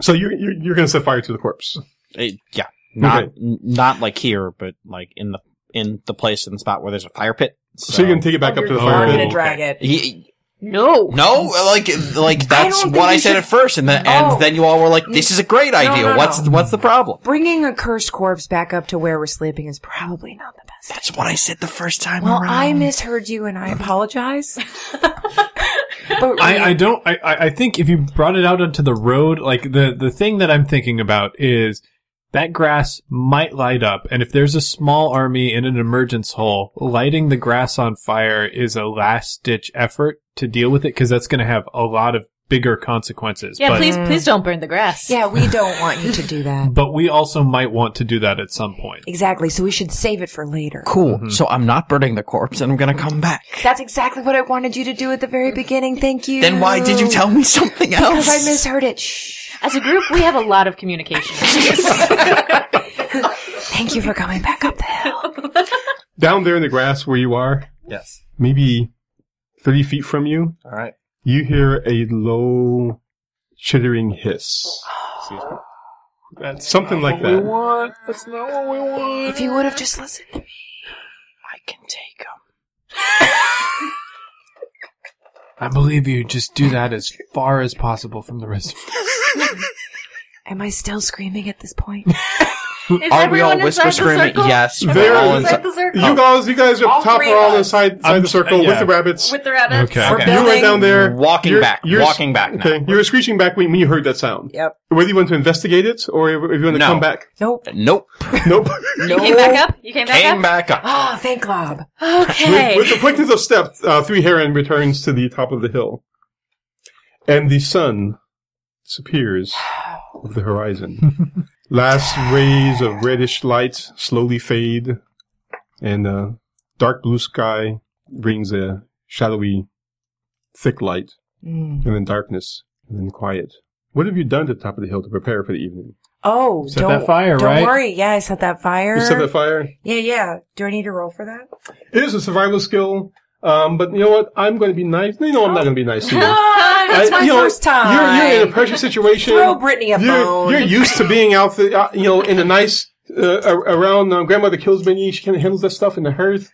Speaker 2: So you're you're, you're going to set fire to the corpse.
Speaker 3: Eh, yeah, not n- not like here, but like in the in the place in the spot where there's a fire pit.
Speaker 2: So, you're going to take it back up to the
Speaker 5: you're
Speaker 2: fire
Speaker 5: not
Speaker 6: I'm
Speaker 2: pit.
Speaker 5: gonna
Speaker 6: gonna drag it.
Speaker 7: He-
Speaker 4: No.
Speaker 7: no, like like that's
Speaker 6: don't
Speaker 7: what
Speaker 6: think
Speaker 7: I
Speaker 6: you
Speaker 7: said
Speaker 6: should-
Speaker 7: at first, and then
Speaker 6: No.
Speaker 7: and then you all were like, "This is a great idea.
Speaker 6: no,
Speaker 7: what's
Speaker 6: no.
Speaker 7: what's the problem?"
Speaker 6: Bringing a cursed corpse back up to where we're sleeping is probably not the best.
Speaker 7: That's what I said the first time.
Speaker 6: Well,
Speaker 7: around.
Speaker 6: I misheard you, and I apologize. but
Speaker 5: I, I don't. I, I I think if you brought it out onto the road, like the the thing that I'm thinking about is that grass might light up, and if there's a small army in an emergence hole, lighting the grass on fire is a last ditch effort to deal with it because that's going to have a lot of bigger consequences.
Speaker 4: Yeah,
Speaker 5: but,
Speaker 4: please, please don't burn the grass.
Speaker 6: yeah, we don't want you to do that.
Speaker 5: But we also might want to do that at some point.
Speaker 6: Exactly. So we should save it for later.
Speaker 3: Cool.
Speaker 2: Mm-hmm.
Speaker 3: So I'm not burning the corpse, and I'm gonna come back.
Speaker 6: That's exactly what I wanted you to do at the very beginning. Thank you.
Speaker 7: then why did you tell me something else?
Speaker 6: Because I misheard it. Shh.
Speaker 4: As a group, we have a lot of communication.
Speaker 6: Thank you for coming back up the hill.
Speaker 2: Down there in the grass where you are,
Speaker 7: Yes.
Speaker 2: maybe 30 feet from you,
Speaker 7: All right.
Speaker 2: you hear a low chittering hiss. That's something like that.
Speaker 5: want. That's not what we want.
Speaker 6: If you would have just listened to me,
Speaker 3: I can take him.
Speaker 5: I believe you. Just do that as far as possible from the rest. of
Speaker 6: am I still screaming at this point?
Speaker 4: Is
Speaker 7: Are we
Speaker 4: everyone
Speaker 7: all whisper
Speaker 4: inside the
Speaker 7: screaming?
Speaker 4: circle?
Speaker 7: Yes.
Speaker 2: There
Speaker 7: We're all
Speaker 2: is-
Speaker 7: inside.
Speaker 4: Inside the circle
Speaker 3: Oh.
Speaker 2: You guys, you guys up
Speaker 6: All
Speaker 2: top
Speaker 6: three
Speaker 2: are all
Speaker 6: of us.
Speaker 2: inside, inside
Speaker 5: I'm-
Speaker 2: the circle
Speaker 5: yeah.
Speaker 2: with the rabbits.
Speaker 4: with the rabbits.
Speaker 5: Okay.
Speaker 6: We're
Speaker 5: Okay.
Speaker 2: You were
Speaker 6: building-
Speaker 2: down there.
Speaker 3: Walking
Speaker 2: You're-
Speaker 3: back.
Speaker 2: you're-
Speaker 3: walking back. Now.
Speaker 2: Okay, you were screeching back when, when you heard that sound.
Speaker 6: Yep.
Speaker 2: Whether you want to investigate it or if if you want to
Speaker 3: No.
Speaker 2: come back.
Speaker 6: Nope.
Speaker 3: Nope.
Speaker 2: Nope.
Speaker 4: You came back up. You came back
Speaker 7: Came
Speaker 4: up.
Speaker 7: back up.
Speaker 6: Ah, thank God.
Speaker 4: Okay.
Speaker 2: With the quickness of step, uh, Three Heron returns to the top of the hill. And the sun disappears over the horizon. Last rays of reddish light slowly fade, and uh, dark blue sky brings a shadowy, thick light,
Speaker 6: Mm.
Speaker 2: and then darkness, and then quiet. What have you done to the top of the hill to prepare for the evening?
Speaker 6: Oh,
Speaker 5: Set
Speaker 6: don't,
Speaker 5: that fire,
Speaker 6: don't
Speaker 5: right?
Speaker 6: worry. Yeah, I set that fire.
Speaker 2: You set the fire?
Speaker 6: yeah, yeah. Do I need to roll for that?
Speaker 2: It is a survival skill, um, but you know what? I'm going to be nice. No, no, I'm not going to be nice to you.
Speaker 6: That's
Speaker 2: I-
Speaker 6: my
Speaker 2: you know,
Speaker 6: first time.
Speaker 2: You're, you're in a pressure situation.
Speaker 6: Throw Brittany a
Speaker 2: you're,
Speaker 6: bone.
Speaker 2: you're used to being out, the, uh, you know, in a nice uh, a- around uh, grandmother kills Minnie. She can handle that stuff in the hearth.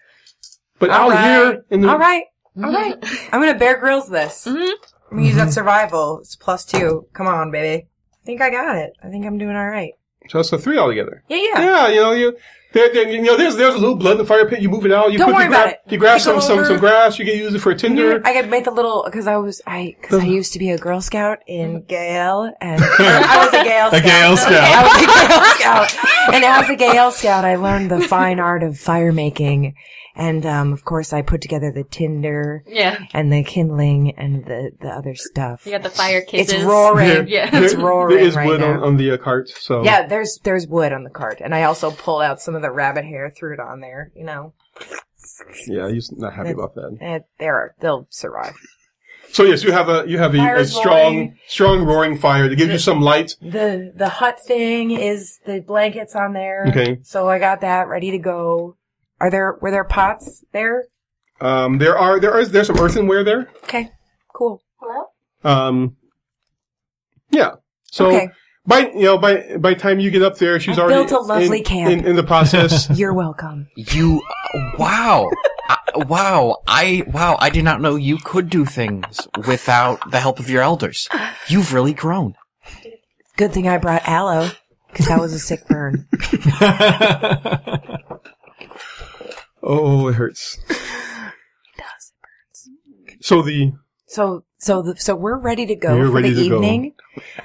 Speaker 2: But out
Speaker 6: All right.
Speaker 2: here in the
Speaker 6: All right. All right. I'm going to Bear Grylls this. I'm going to use that survival. It's plus two. Come on, baby. I think I got it. I think I'm doing all right.
Speaker 2: so it's a three altogether.
Speaker 6: Yeah, yeah.
Speaker 2: Yeah, you know you. There, there, you know, there's there's a little blood in the fire pit. You move it out. You
Speaker 6: Don't
Speaker 2: quickly
Speaker 6: worry about
Speaker 2: grab,
Speaker 6: it.
Speaker 2: You grab
Speaker 6: Pickle
Speaker 2: some, some
Speaker 6: over.
Speaker 2: some grass. You can use it for a tinder.
Speaker 6: I could make the little because I was I because I used to be a Girl Scout in Gale and or I was a Gale Scout.
Speaker 5: Gale Scout.
Speaker 6: I was a Gale Scout, and as a Gale Scout, I learned the fine art of fire making, and um, of course, I put together the tinder
Speaker 4: yeah.
Speaker 6: and the kindling and the the other stuff.
Speaker 4: You got the fire
Speaker 6: it's
Speaker 4: kisses.
Speaker 2: There-
Speaker 6: roaring.
Speaker 4: Yeah.
Speaker 2: there-
Speaker 6: It's roaring
Speaker 2: There is
Speaker 6: right
Speaker 2: wood on,
Speaker 6: now.
Speaker 2: on the uh, cart. So
Speaker 6: Yeah, there's there's wood on the cart, and I also pulled out some of the rabbit hair, threw it on there. You know,
Speaker 2: yeah, he's not happy about that.
Speaker 6: and they're they'll survive.
Speaker 2: So yes, you have a you have a, a
Speaker 6: Fire's
Speaker 2: strong
Speaker 6: roaring.
Speaker 2: strong roaring fire to give you some light.
Speaker 6: the the hut thing is the blankets on there.
Speaker 2: Okay.
Speaker 6: So I got that ready to go. Are there were there pots there?
Speaker 2: Um, there are there are there's some earthenware there.
Speaker 6: Okay. Cool.
Speaker 2: Um, yeah. So
Speaker 6: Okay.
Speaker 2: by you know by by the time you get up there, she's
Speaker 6: I
Speaker 2: already
Speaker 6: built a lovely
Speaker 2: in,
Speaker 6: camp.
Speaker 2: in, in the process.
Speaker 6: You're welcome.
Speaker 7: You wow. I- Wow, I wow, I did not know you could do things without the help of your elders. You've really grown.
Speaker 6: Good thing I brought aloe because that was a sick burn.
Speaker 2: oh, it hurts. So the
Speaker 6: So so the, so we're ready to go
Speaker 2: You're
Speaker 6: for
Speaker 2: ready
Speaker 6: the
Speaker 2: to go.
Speaker 6: evening.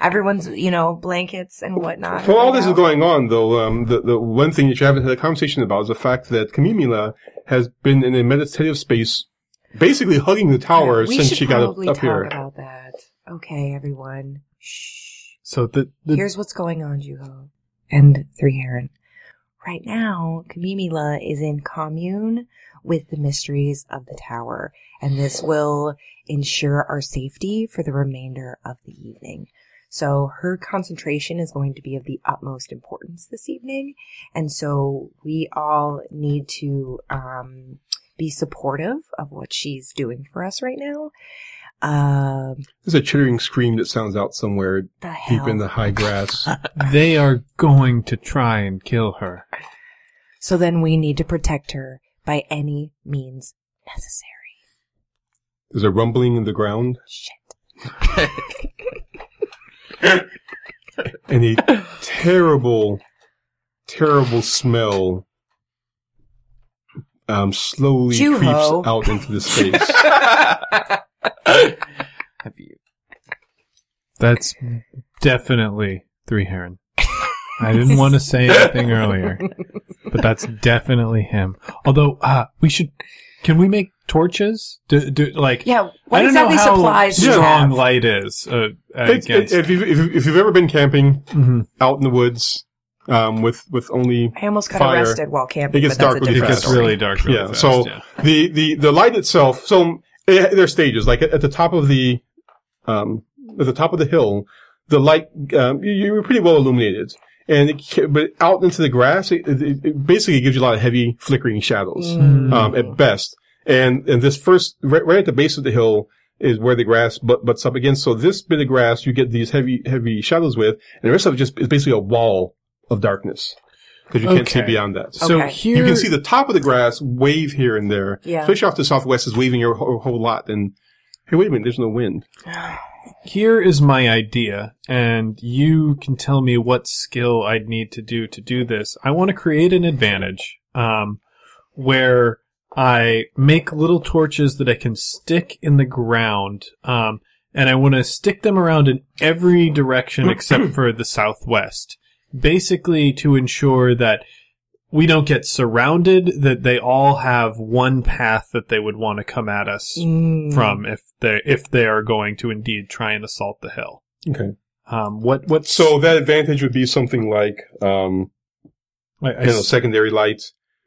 Speaker 6: Everyone's you know blankets and whatnot.
Speaker 2: while all this
Speaker 6: laid
Speaker 2: is
Speaker 6: out.
Speaker 2: going on, though, um, the the one thing that you haven't had a conversation about is the fact that Camila has been in a meditative space, basically hugging the tower
Speaker 6: we
Speaker 2: since
Speaker 6: should
Speaker 2: she got up,
Speaker 6: probably
Speaker 2: up
Speaker 6: talk
Speaker 2: here.
Speaker 6: about that. Okay, everyone. Shh.
Speaker 5: So the, the
Speaker 6: Here's what's going on, Juho and Three Heron. Right now, Kamimila is in commune with the mysteries of the tower, and this will ensure our safety for the remainder of the evening. So her concentration is going to be of the utmost importance this evening, and so we all need to um, be supportive of what she's doing for us right now. Um,
Speaker 2: There's a chittering scream that sounds out somewhere
Speaker 4: The
Speaker 2: deep
Speaker 4: hell.
Speaker 2: in the high grass.
Speaker 5: They are going to try and kill her.
Speaker 6: so then we need to protect her by any means necessary.
Speaker 2: There's a rumbling in the ground,
Speaker 6: Shit.
Speaker 2: and a terrible, terrible smell um, slowly
Speaker 6: Juho.
Speaker 2: creeps out into the space.
Speaker 5: That's definitely three heron. I didn't want to say anything earlier, but that's definitely him. Although, uh, we should. Can we make torches? Do, do like?
Speaker 6: Yeah.
Speaker 5: I
Speaker 6: What
Speaker 5: don't
Speaker 6: exactly
Speaker 5: know how
Speaker 6: supplies do you
Speaker 5: strong
Speaker 6: have?
Speaker 5: light is uh,
Speaker 2: It's- it-
Speaker 5: against.
Speaker 2: if, you've, if, you've- if you've ever been camping
Speaker 5: Mhm.
Speaker 2: out in the woods um, with, with only
Speaker 6: I almost got
Speaker 2: fire.
Speaker 6: arrested while camping.
Speaker 2: It gets
Speaker 6: but that's
Speaker 2: dark
Speaker 6: a
Speaker 2: really
Speaker 5: It
Speaker 6: different
Speaker 2: fast.
Speaker 5: gets
Speaker 6: story.
Speaker 5: really dark. Really
Speaker 2: yeah.
Speaker 5: fast,
Speaker 2: so
Speaker 5: yeah.
Speaker 2: the the the light itself. So it, there are stages. Like at, at the top of the um at the top of the hill, the light um, you, you were pretty well illuminated, and it, ca- but out into the grass, it, it, it basically gives you a lot of heavy flickering shadows
Speaker 6: Mm.
Speaker 2: um, at best. And and this first right, right at the base of the hill is where the grass but butts up against. So this bit of grass you get these heavy heavy shadows with, and the rest of it just is basically a wall of darkness because you can't see
Speaker 5: Okay.
Speaker 2: beyond that.
Speaker 5: So
Speaker 6: Okay.
Speaker 5: here
Speaker 2: You can see the top of the grass wave here and there.
Speaker 6: Yeah.
Speaker 2: Especially off the southwest is waving your whole, whole lot. And hey, wait a minute, there's no wind.
Speaker 5: here is my idea, and you can tell me what skill I'd need to do to do this. I want to create an advantage um, where I make little torches that I can stick in the ground, um, and I want to stick them around in every direction except for the southwest, basically to ensure that we don't get surrounded, that they all have one path that they would want to come at us
Speaker 6: Mm.
Speaker 5: from if they if they are going to indeed try and assault the hill.
Speaker 2: Okay.
Speaker 5: Um, what what
Speaker 2: So that advantage would be something like, um,
Speaker 5: I, I
Speaker 2: you know,
Speaker 5: s-
Speaker 2: secondary light,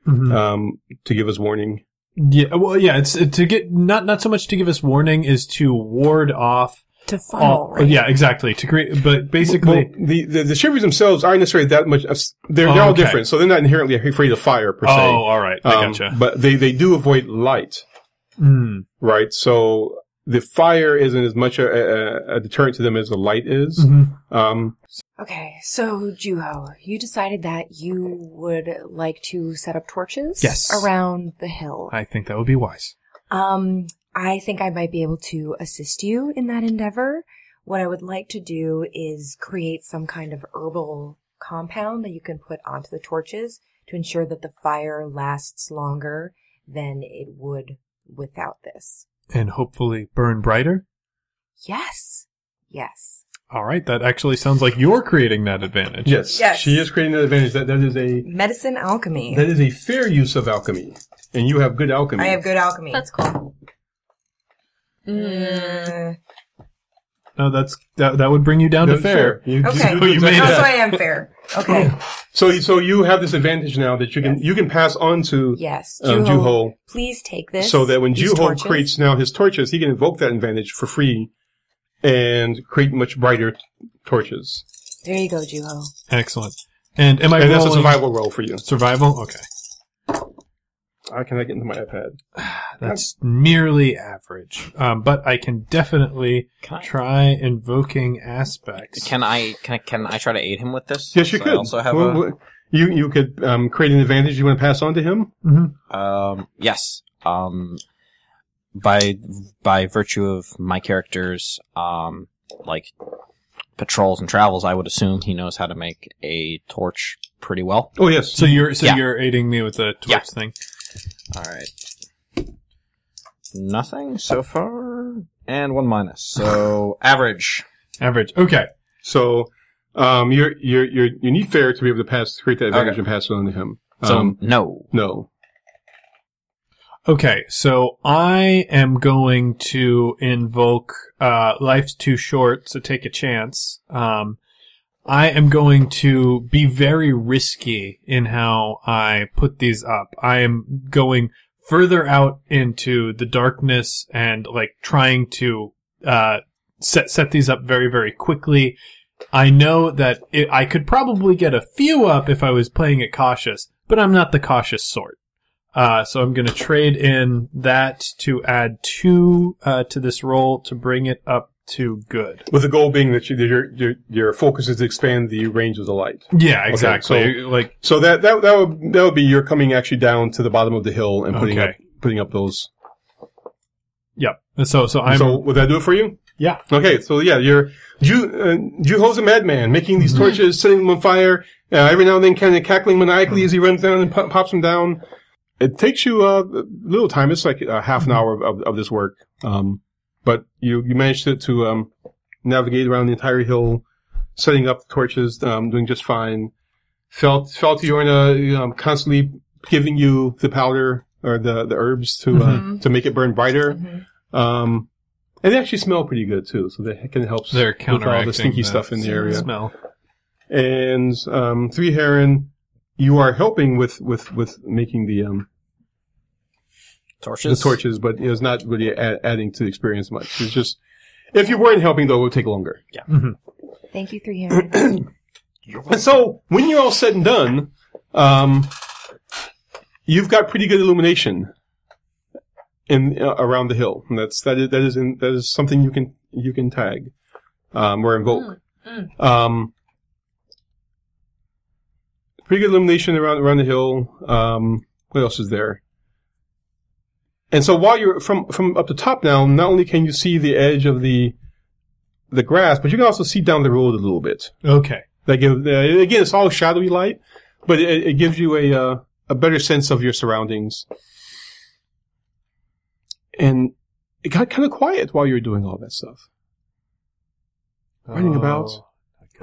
Speaker 5: mhm.
Speaker 2: um, to give us warning.
Speaker 5: yeah well yeah it's to get not not so much to give us warning is to ward off
Speaker 6: to funnel.
Speaker 5: all- oh,
Speaker 6: right?
Speaker 5: yeah exactly to create but basically
Speaker 2: Well, the, the, the shivers themselves aren't necessarily that much, of s- they're, they're
Speaker 5: Oh,
Speaker 2: all
Speaker 5: okay.
Speaker 2: different. So they're not inherently afraid of fire per se.
Speaker 5: oh all right I
Speaker 2: Um,
Speaker 5: gotcha
Speaker 2: But they, they do avoid light.
Speaker 5: Mm,
Speaker 2: right? So the fire isn't as much a, a, a deterrent to them as the light is.
Speaker 5: mhm.
Speaker 2: Um,
Speaker 6: Okay, so Juho, you decided that you would like to set up torches
Speaker 5: Yes.
Speaker 6: around the hill.
Speaker 5: I think that would be wise
Speaker 6: Um, I think I might be able to assist you in that endeavor. What I would like to do is create some kind of herbal compound that you can put onto the torches to ensure that the fire lasts longer than it would without this.
Speaker 5: and hopefully burn brighter.
Speaker 6: Yes. Yes.
Speaker 5: All right, that actually sounds like you're creating that advantage.
Speaker 2: yes,
Speaker 6: Yes.
Speaker 2: she is creating an advantage. That that is a
Speaker 6: Medicine alchemy.
Speaker 2: that is a fair use of alchemy, and you have good alchemy.
Speaker 6: I have good alchemy.
Speaker 4: That's cool.
Speaker 6: Mm.
Speaker 5: No, that's that, that would bring you down
Speaker 2: That
Speaker 5: to
Speaker 2: is
Speaker 5: fair.
Speaker 2: You,
Speaker 6: Okay. Oh,
Speaker 2: you,
Speaker 5: You made
Speaker 2: made Oh.
Speaker 5: it.
Speaker 6: Also,
Speaker 2: that.
Speaker 6: I am fair. Okay.
Speaker 2: So so you have this advantage now that you can you can pass on to
Speaker 6: yes.
Speaker 2: um,
Speaker 6: Juho,
Speaker 2: Juho,
Speaker 6: please take this.
Speaker 2: so that when
Speaker 6: these
Speaker 2: Juho
Speaker 6: torches.
Speaker 2: creates now his torches, he can invoke that advantage for free and create much brighter t- torches.
Speaker 6: There you go, Juho.
Speaker 5: Excellent. And am I
Speaker 2: and that's a
Speaker 5: rolling-
Speaker 2: survival roll for you.
Speaker 5: Survival. Okay,
Speaker 2: I cannot get into my iPad.
Speaker 5: that's merely average, um, but I can definitely
Speaker 3: Can I,
Speaker 5: Try invoking aspects.
Speaker 3: can I can I can I try to aid him with this?
Speaker 2: Yes, you
Speaker 3: So I
Speaker 2: could.
Speaker 3: also have
Speaker 2: Well,
Speaker 3: a-
Speaker 2: well, you you could um, create an advantage you want to pass on to him.
Speaker 5: Mhm.
Speaker 3: Um, yes. Um, by by virtue of my character's um, like patrols and travels, I would assume he knows how to make a torch pretty well.
Speaker 2: Oh yes.
Speaker 5: So you're so
Speaker 3: Yeah.
Speaker 5: you're aiding me with the torch
Speaker 3: Yeah.
Speaker 5: thing.
Speaker 3: All right. Nothing so far, and one minus. So average.
Speaker 5: Average. Okay.
Speaker 2: So um, you're you're you're you need fair to be able to pass create that advantage and pass it on to him.
Speaker 3: So
Speaker 2: Um,
Speaker 3: no.
Speaker 2: no.
Speaker 5: Okay. So I am going to invoke uh, life's too short, so take a chance. Um, I am going to be very risky in how I put these up. I am going further out into the darkness and like trying to uh, set set these up very very quickly. I know that it, I could probably get a few up if I was playing it cautious, but I'm not the cautious sort. Uh, so I'm going to trade in that to add two uh, to this roll to bring it up to good.
Speaker 2: With the goal being that you, that your, your your focus is to expand the range of the light.
Speaker 5: Yeah,
Speaker 2: exactly.
Speaker 5: like
Speaker 2: So that that that would that would be your coming actually down to the bottom of the hill and putting
Speaker 5: Okay.
Speaker 2: up putting up those.
Speaker 5: yep. So so I'm
Speaker 2: so would that do it for you?
Speaker 5: yeah.
Speaker 2: Okay, so yeah, you're you uh, Juho's a madman, making
Speaker 5: Mm-hmm.
Speaker 2: these torches, setting them on fire. Uh, every now and then, kind of cackling maniacally as he runs down and po- pops them down. It takes you uh, a little time. It's like a half an
Speaker 5: Mm-hmm.
Speaker 2: hour of, of this work, um, but you you manage to, to um, navigate around the entire hill, setting up the torches, um, doing just fine. Felt felt Yorna um, constantly giving you the powder or the the herbs to uh,
Speaker 5: Mm-hmm.
Speaker 6: Mhm.
Speaker 2: to make it burn brighter.
Speaker 6: Mhm.
Speaker 2: Um, and they actually smell pretty good too, so that can help
Speaker 5: They're
Speaker 2: with all
Speaker 5: counteracting
Speaker 2: the stinky stuff in the area.
Speaker 5: Smell.
Speaker 2: And um, Three Heron, you are helping with with with making the um, the
Speaker 3: Torches.
Speaker 2: torches, but it's not really a- adding to the experience much. It's just if you weren't helping though, it would take longer.
Speaker 6: Thank you, three hundred.
Speaker 2: And so when you're all said and done, um, you've got pretty good illumination in uh, around the hill. And that's that is that is in, that is something you can you can tag um, or invoke.
Speaker 4: Mm,
Speaker 2: Um, pretty good illumination around around the hill. Um, what else is there? And so while you're from from up the top now, not only can you see the edge of the the grass, but you can also see down the road a little bit.
Speaker 5: Okay.
Speaker 2: That give uh, again, it's all shadowy light, but it, it gives you a uh, a better sense of your surroundings. And it got kind of quiet while you were doing all that stuff. Running about.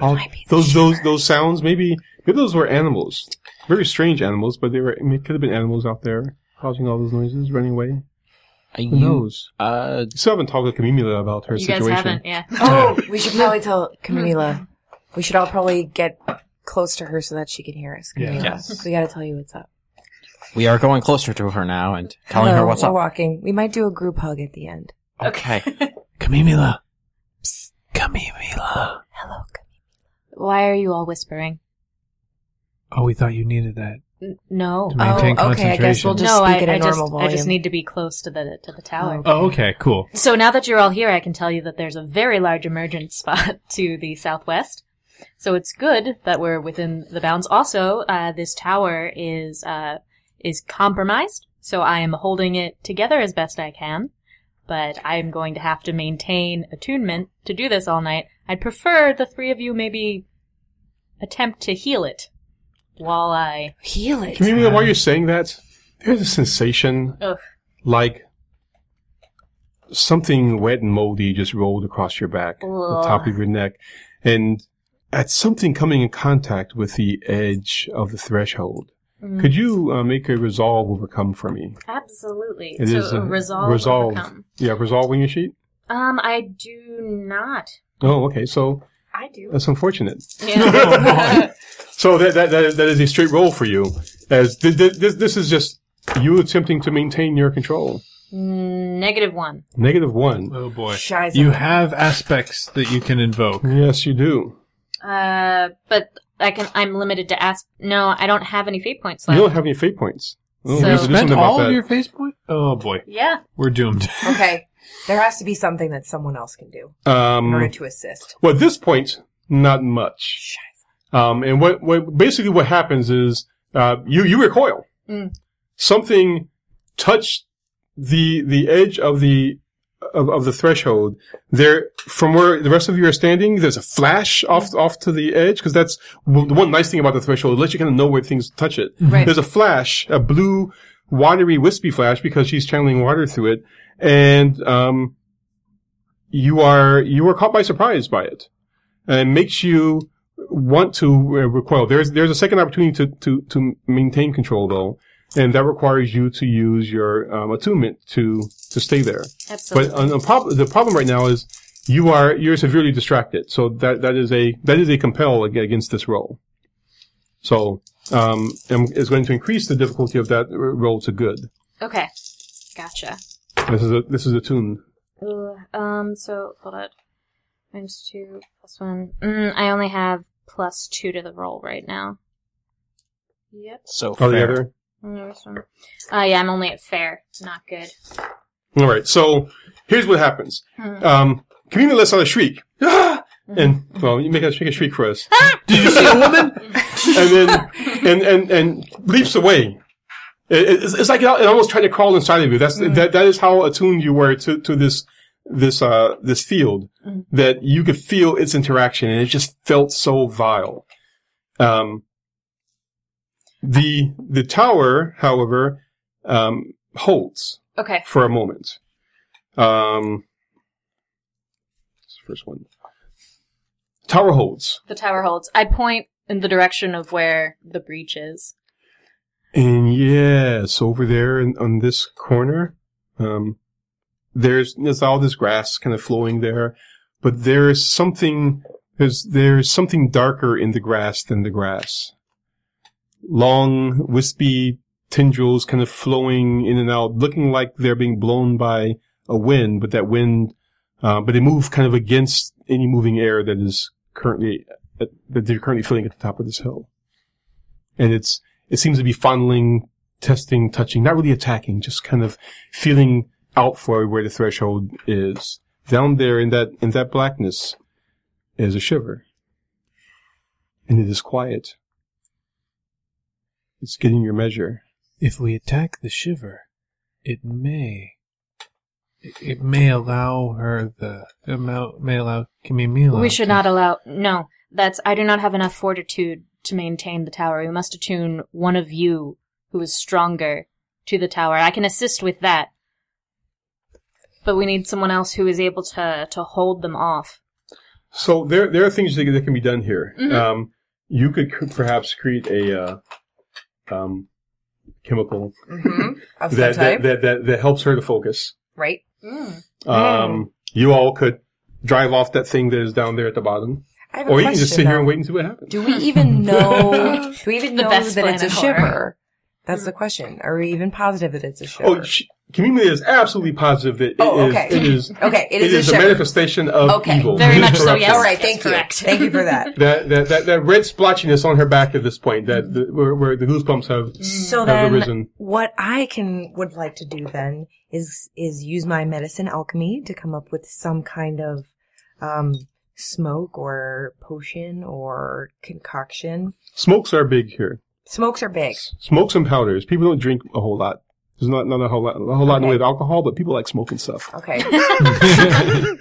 Speaker 2: All those those those sounds, maybe maybe those were animals, very strange animals, but they were. I mean, it could have been animals out there causing all those noises, running away.
Speaker 3: Are
Speaker 2: Who
Speaker 3: you,
Speaker 2: knows?
Speaker 3: uh,
Speaker 2: You still haven't talked with Camila about her
Speaker 4: you guys
Speaker 2: situation.
Speaker 4: haven't, yeah.
Speaker 6: Oh, we should probably tell
Speaker 4: Mm-hmm.
Speaker 6: Camila. We should all probably get close to her so that she can hear us.
Speaker 5: Yeah.
Speaker 6: Camila,
Speaker 3: Yes.
Speaker 6: we got to tell you what's up.
Speaker 3: we are going closer to her now and telling
Speaker 6: Hello,
Speaker 3: her what's
Speaker 4: Oh,
Speaker 6: we're
Speaker 3: up.
Speaker 6: walking. We might do a group hug at the end.
Speaker 3: Okay.
Speaker 5: Camila. Camila.
Speaker 6: Hello, Camila.
Speaker 4: Why are you all whispering?
Speaker 5: Oh, we thought you needed that.
Speaker 4: N- no.
Speaker 5: To maintain
Speaker 6: Oh, okay, I guess
Speaker 5: concentration.
Speaker 6: we'll just
Speaker 4: no, I,
Speaker 6: speak at a
Speaker 4: I just,
Speaker 6: normal
Speaker 4: I
Speaker 6: volume.
Speaker 4: just need to be close to the to the tower.
Speaker 5: Oh, okay, cool.
Speaker 4: So now that you're all here, I can tell you that there's a very large emergent spot to the southwest. So it's good that we're within the bounds. Also, uh, this tower is uh, is compromised, so I am holding it together as best I can. But I am going to have to maintain attunement to do this all night. I'd prefer the three of you maybe attempt to heal it while I.
Speaker 6: Heal it.
Speaker 2: Camila, while you're saying that, there's a sensation
Speaker 4: Ugh.
Speaker 2: like something wet and moldy just rolled across your back, the top of your neck, and at something coming in contact with the edge of the threshold.
Speaker 4: Mm.
Speaker 2: Could you uh, make a resolve overcome for me?
Speaker 4: Absolutely.
Speaker 2: It
Speaker 4: so
Speaker 2: is, uh,
Speaker 4: resolve.
Speaker 2: resolve.
Speaker 4: overcome.
Speaker 2: Yeah, resolving your sheet.
Speaker 4: Um, I do not.
Speaker 2: Oh, okay. So
Speaker 4: I do.
Speaker 2: that's unfortunate.
Speaker 4: Yeah.
Speaker 2: So that that that is, that is a straight roll for you. As th- th- this this is just you attempting to maintain your control.
Speaker 4: Negative one.
Speaker 2: Negative one.
Speaker 5: Oh boy.
Speaker 6: Shiza.
Speaker 5: You have aspects that you can invoke.
Speaker 2: Yes, you do.
Speaker 4: Uh, but I can. I'm limited to ask. No, I don't have any fate points left.
Speaker 2: You don't have any fate points. Oh,
Speaker 4: So-
Speaker 2: we have to do
Speaker 4: Spent
Speaker 2: something about that.
Speaker 5: face point? Oh boy.
Speaker 4: yeah.
Speaker 5: We're doomed.
Speaker 6: Okay, there has to be something that someone else can do in order
Speaker 2: Um,
Speaker 6: to assist.
Speaker 2: well, at this point, not much. Um, and what, what basically what happens is uh, you you recoil.
Speaker 4: Mm.
Speaker 2: Something touched the the edge of the of, of the threshold. There, from where the rest of you are standing, there's a flash off off to the edge because that's w- the one nice thing about the threshold. It lets you kind of know where things touch it.
Speaker 4: Right.
Speaker 2: There's a flash, a blue, watery, wispy flash because she's channeling water through it, and um, you are you are caught by surprise by it, and it makes you want to uh, recoil. There's there's a second opportunity to to to maintain control though, and that requires you to use your um, attunement to to stay there.
Speaker 4: Absolutely.
Speaker 2: But on the, prob- the problem right now is you are you're severely distracted. So that that is a that is a compel ag- against this roll. So um, and it's going to increase the difficulty of that r- roll to good.
Speaker 4: okay. Gotcha.
Speaker 2: This is a this is a tune.
Speaker 4: Ugh, um. So hold on. Minus two plus one. Mm, I only have plus two to the roll right now. Yep.
Speaker 3: So
Speaker 2: Oh, the
Speaker 3: fair.
Speaker 2: other
Speaker 4: Mm, this one. Uh, yeah, I'm only at fair. Not good.
Speaker 2: All right. So here's what happens.
Speaker 4: Hmm.
Speaker 2: Um, Kamima lets out a shriek. Ah! And well, you make a, make a shriek for us.
Speaker 5: Did you see a woman?
Speaker 2: and then and and and leaps away. It- it- It's, it's like it al- it almost tried to crawl inside of you. That's
Speaker 5: Hmm.
Speaker 2: that that is how attuned you were to to this this uh this field
Speaker 5: Hmm.
Speaker 2: that you could feel its interaction, and it just felt so vile. Um, the the tower, however, um, holds
Speaker 4: Okay.
Speaker 2: for a moment. Um, what's the first one. Tower holds.
Speaker 4: The tower holds. I point in the direction of where the breach is.
Speaker 2: And yes, over there in, on this corner, um, there's there's all this grass kind of flowing there, but there is something there's there's something darker in the grass than the grass. Long, wispy tendrils kind of flowing in and out, looking like they're being blown by a wind, but that wind, uh, but they move kind of against any moving air that is currently that they're currently feeling at the top of this hill, and it's it seems to be fondling, testing, touching, not really attacking, just kind of feeling out for where the threshold is. Down there in that in that blackness is a shiver. And it is quiet. It's getting your measure.
Speaker 5: If we attack the shiver, it may. It, it may allow her the. It may, may allow
Speaker 2: Oh,
Speaker 5: Kimimila.
Speaker 4: we should
Speaker 5: to-
Speaker 4: not allow. No, that's. I do not have enough fortitude to maintain the tower. We must attune one of you who is stronger to the tower. I can assist with that, but we need someone else who is able to to hold them off.
Speaker 2: So there there are things that, that can be done here. Um, you could c- perhaps create a uh, um, chemical
Speaker 6: Mm-hmm. Of some
Speaker 2: that
Speaker 6: type,
Speaker 2: that, that that that helps her to focus.
Speaker 6: right? Hmm.
Speaker 2: Um, You all could drive off that thing that is down there at the bottom,
Speaker 6: I have a
Speaker 2: or you
Speaker 6: question,
Speaker 2: can just sit here and
Speaker 6: though.
Speaker 2: wait and see what happens.
Speaker 6: Do we even know? Do we even
Speaker 4: The
Speaker 6: know
Speaker 4: best
Speaker 6: that
Speaker 4: plan
Speaker 6: it's a
Speaker 4: of horror.
Speaker 6: shiver? That's the question. Are we even positive that it's a shiver?
Speaker 2: Oh, she, Kimimi is absolutely positive that it is.
Speaker 6: Oh, okay.
Speaker 2: It is.
Speaker 6: okay,
Speaker 2: It is a
Speaker 6: shiver.
Speaker 2: manifestation of
Speaker 6: Okay,
Speaker 2: evil.
Speaker 4: very much so,
Speaker 2: Corruption.
Speaker 4: yes.
Speaker 6: All right,
Speaker 4: Yes,
Speaker 6: thank you. Mm-hmm.
Speaker 4: correct.
Speaker 6: Thank you for that.
Speaker 2: That, that that that red splotchiness on her back at this point, that the, where, where the goosebumps have
Speaker 6: So
Speaker 2: have
Speaker 6: then,
Speaker 2: arisen.
Speaker 6: what I can would like to do then is is use my medicine alchemy to come up with some kind of um, smoke or potion or concoction.
Speaker 2: Smokes are big here.
Speaker 6: Smokes are big.
Speaker 2: S- Smokes and powders. People don't drink a whole lot. There's not not a whole lot, a whole lot in the
Speaker 6: Okay.
Speaker 2: way of alcohol, but people like smoking stuff.
Speaker 6: Okay,
Speaker 4: I'm
Speaker 6: gonna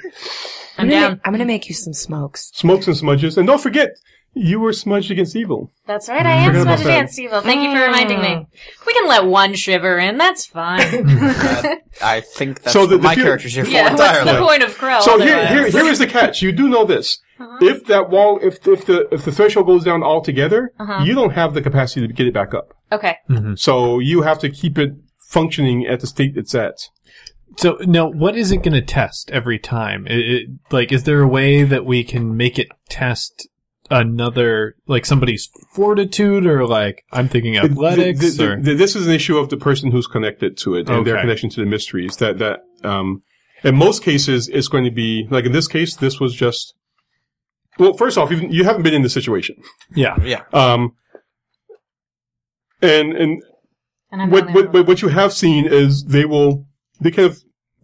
Speaker 2: Hmm.
Speaker 4: down.
Speaker 6: ma- I'm gonna make you some smokes.
Speaker 2: Smokes and smudges, and don't forget, you were smudged against evil.
Speaker 4: That's right. I am
Speaker 2: Forgot about Hmm.
Speaker 4: smudged
Speaker 2: that.
Speaker 4: against evil. Thank you for reminding me. We can let one shiver in. That's fine.
Speaker 7: I think that's
Speaker 2: So
Speaker 7: what
Speaker 2: the- the
Speaker 7: my
Speaker 2: few-
Speaker 7: character's here for
Speaker 4: yeah. What's the
Speaker 7: entirely.
Speaker 4: point of crow?
Speaker 2: So here,
Speaker 4: otherwise?
Speaker 2: here, here is the catch. You do know this. If that wall, if if the if the threshold goes down altogether, you don't have the capacity to get it back up.
Speaker 4: Okay.
Speaker 2: So you have to keep it functioning at the state it's at.
Speaker 5: So now, what is it going to test every time? It, it, like, is there a way that we can make it test another, like somebody's fortitude, or like I'm thinking
Speaker 2: Th-
Speaker 5: athletics,
Speaker 2: th- th-
Speaker 5: or
Speaker 2: th- this is an issue of the person who's connected to it and their
Speaker 5: Okay.
Speaker 2: connection to the mysteries. That that um, in most cases it's going to be like in this case, this was just. Well, first off, you you haven't been in this situation,
Speaker 5: yeah,
Speaker 7: Yeah.
Speaker 2: um, and and
Speaker 4: And I'm
Speaker 2: what,
Speaker 4: down
Speaker 2: what
Speaker 4: there.
Speaker 2: what what you have seen is they will they kind of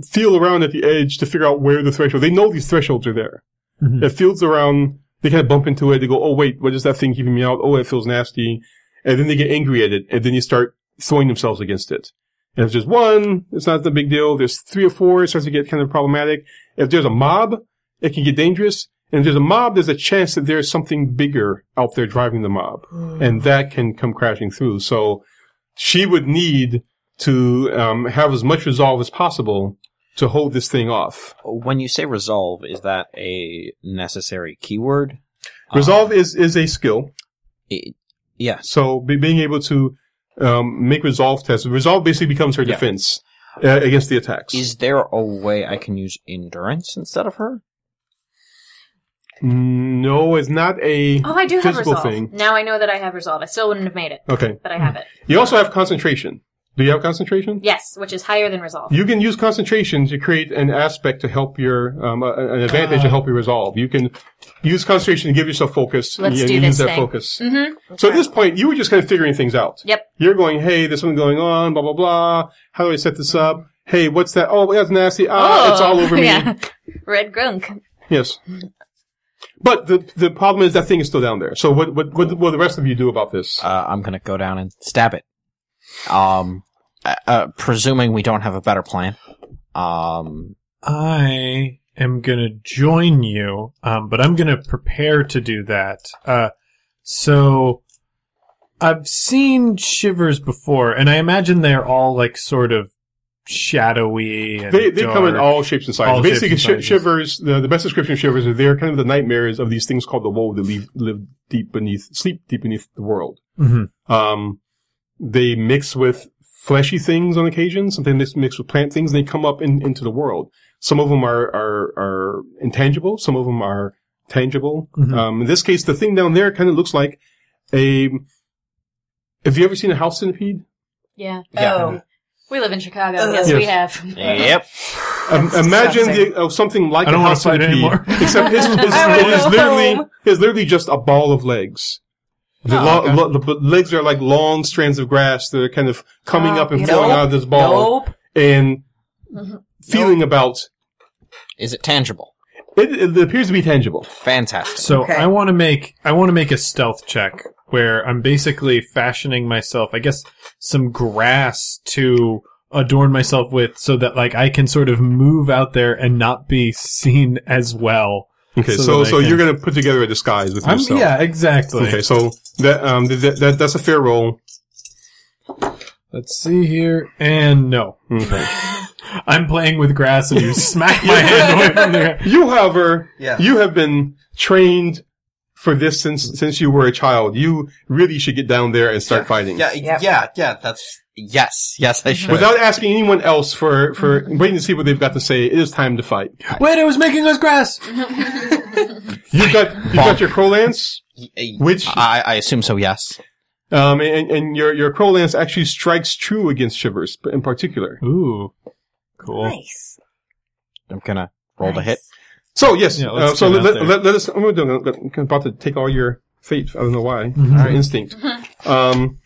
Speaker 2: feel around at the edge to figure out where the threshold. They know these thresholds are there.
Speaker 5: Mhm.
Speaker 2: It feels around. They kind of bump into it. They go, "Oh wait, what is that thing keeping me out? Oh, it feels nasty," and then they get angry at it, and then you start throwing themselves against it. And if there's one, it's not the big deal. There's three or four, it starts to get kind of problematic. If there's a mob, it can get dangerous. And if there's a mob, there's a chance that there's something bigger out there driving the mob,
Speaker 6: Oh,
Speaker 2: and that can come crashing through. So she would need to um, have as much resolve as possible to hold this thing off.
Speaker 3: When you say resolve, is that a necessary keyword? Ah. Uh,
Speaker 2: Resolve is is a skill,
Speaker 3: It, yes.
Speaker 2: so be, being able to um, make resolve tests. Resolve basically becomes her
Speaker 3: Yeah.
Speaker 2: defense uh, against the attacks.
Speaker 3: Is there a way I can use endurance instead of her?
Speaker 2: no, it's not a
Speaker 4: Oh, I do have
Speaker 2: physical
Speaker 4: resolve.
Speaker 2: thing. Hmm.
Speaker 4: Now I know that I have resolve. I still wouldn't have made it,
Speaker 2: Okay,
Speaker 4: but I have it.
Speaker 2: you also have concentration. Do you have concentration?
Speaker 4: Yes, which is higher than resolve.
Speaker 2: You can use concentration to create an aspect to help your um, a- an advantage to
Speaker 4: Ah.
Speaker 2: help you resolve. You can use concentration to give yourself focus. and
Speaker 4: Let's
Speaker 2: you
Speaker 4: do
Speaker 2: use
Speaker 4: this
Speaker 2: that
Speaker 4: thing. Mm,
Speaker 2: focus. So at this point, you were just kind of figuring things out.
Speaker 4: Mm-hmm. Yep.
Speaker 2: You're going, hey, there's something going on, blah blah blah. How do I set this up? Hey, what's that? Oh, that's nasty. Ah, it's all over me.
Speaker 4: Oh, Yeah. Red grunk.
Speaker 2: Yes. But the the problem is that thing is still down there. So what what what will the rest of you do about this?
Speaker 3: Uh, I'm gonna go down and stab it. Um, uh, uh, presuming we don't have a better plan. Um,
Speaker 5: I am gonna join you, um, but I'm gonna prepare to do that. Uh, so I've seen shivers before, and I imagine they're all like sort of shadowy. And
Speaker 2: They, they come in
Speaker 5: dark.
Speaker 2: all shapes and sizes.
Speaker 5: All shapes
Speaker 2: Basically,
Speaker 5: and
Speaker 2: shi
Speaker 5: sizes.
Speaker 2: shivers. The, the best description of shivers is they're kind of the nightmares of these things called the woe that leave, live deep beneath, sleep deep beneath the world.
Speaker 5: Mhm.
Speaker 2: Um, they mix with fleshy things on occasion. Sometimes they mix with plant things. And they come up in, into the world. Some of them are are, are intangible. Some of them are tangible.
Speaker 5: Mhm.
Speaker 2: Um, in this case, the thing down there kind of looks like a. Have you ever seen a house centipede?
Speaker 4: Yeah.
Speaker 6: Oh,
Speaker 4: We live in Chicago.
Speaker 6: Ugh.
Speaker 4: yes, we
Speaker 2: Yes.
Speaker 4: have.
Speaker 3: yep.
Speaker 2: Um,
Speaker 6: That's
Speaker 2: imagine
Speaker 6: disgusting.
Speaker 2: the, of something like
Speaker 5: I don't
Speaker 2: a
Speaker 5: wanna
Speaker 2: house
Speaker 5: fight
Speaker 2: centipede,
Speaker 5: anymore.
Speaker 2: except his, his,
Speaker 6: I wanna
Speaker 2: it is
Speaker 6: go
Speaker 2: literally
Speaker 6: home.
Speaker 2: is literally just a ball of legs. The,
Speaker 3: Oh,
Speaker 2: lo-
Speaker 3: okay.
Speaker 2: lo- the b- legs are like long strands of grass that are kind of coming
Speaker 6: Oh,
Speaker 2: up and
Speaker 6: nope.
Speaker 2: flowing out of this ball
Speaker 6: Nope.
Speaker 2: and
Speaker 4: Mhm.
Speaker 2: feeling about.
Speaker 3: Is it tangible?
Speaker 2: It, it appears to be tangible.
Speaker 3: Fantastic.
Speaker 5: So
Speaker 6: Okay.
Speaker 5: I want to make I want to make a stealth check where I'm basically fashioning myself, I guess, some grass to adorn myself with, so that like I can sort of move out there and not be seen as well.
Speaker 2: Okay,
Speaker 5: So
Speaker 2: so
Speaker 5: that I
Speaker 2: so
Speaker 5: can-
Speaker 2: you're going to put together a disguise with
Speaker 5: I'm,
Speaker 2: yourself.
Speaker 5: yeah, exactly.
Speaker 2: Okay, so that um th- that, that that's a fair roll.
Speaker 5: Let's see here, and no,
Speaker 2: Okay.
Speaker 5: I'm playing with grass, and you smack my hand away from there.
Speaker 2: You, however,
Speaker 7: Yeah.
Speaker 2: you have been trained for this since since you were a child. You really should get down there and start fighting.
Speaker 7: Yeah,
Speaker 6: Yep. Mm-hmm.
Speaker 7: yeah, yeah. That's yes, yes. I should.
Speaker 2: Without asking anyone else for, for waiting to see what they've got to say, it is time to fight.
Speaker 5: Wait, it was making us grass.
Speaker 2: You've got you've got your crow lance, which
Speaker 3: I, I assume so. Yes.
Speaker 2: um and, and your your crow lance actually strikes true against shivers in particular.
Speaker 5: Ooh, cool.
Speaker 6: Nice.
Speaker 3: I'm gonna roll the
Speaker 6: Nice.
Speaker 3: hit.
Speaker 2: So yes,
Speaker 5: Yeah,
Speaker 2: uh,
Speaker 5: let's
Speaker 2: so
Speaker 5: get
Speaker 2: let,
Speaker 5: out
Speaker 2: let,
Speaker 5: there.
Speaker 2: let, us. I'm gonna do- I'm about to take all your fate. I don't know why.
Speaker 5: Mhm.
Speaker 2: All right, instinct. Um,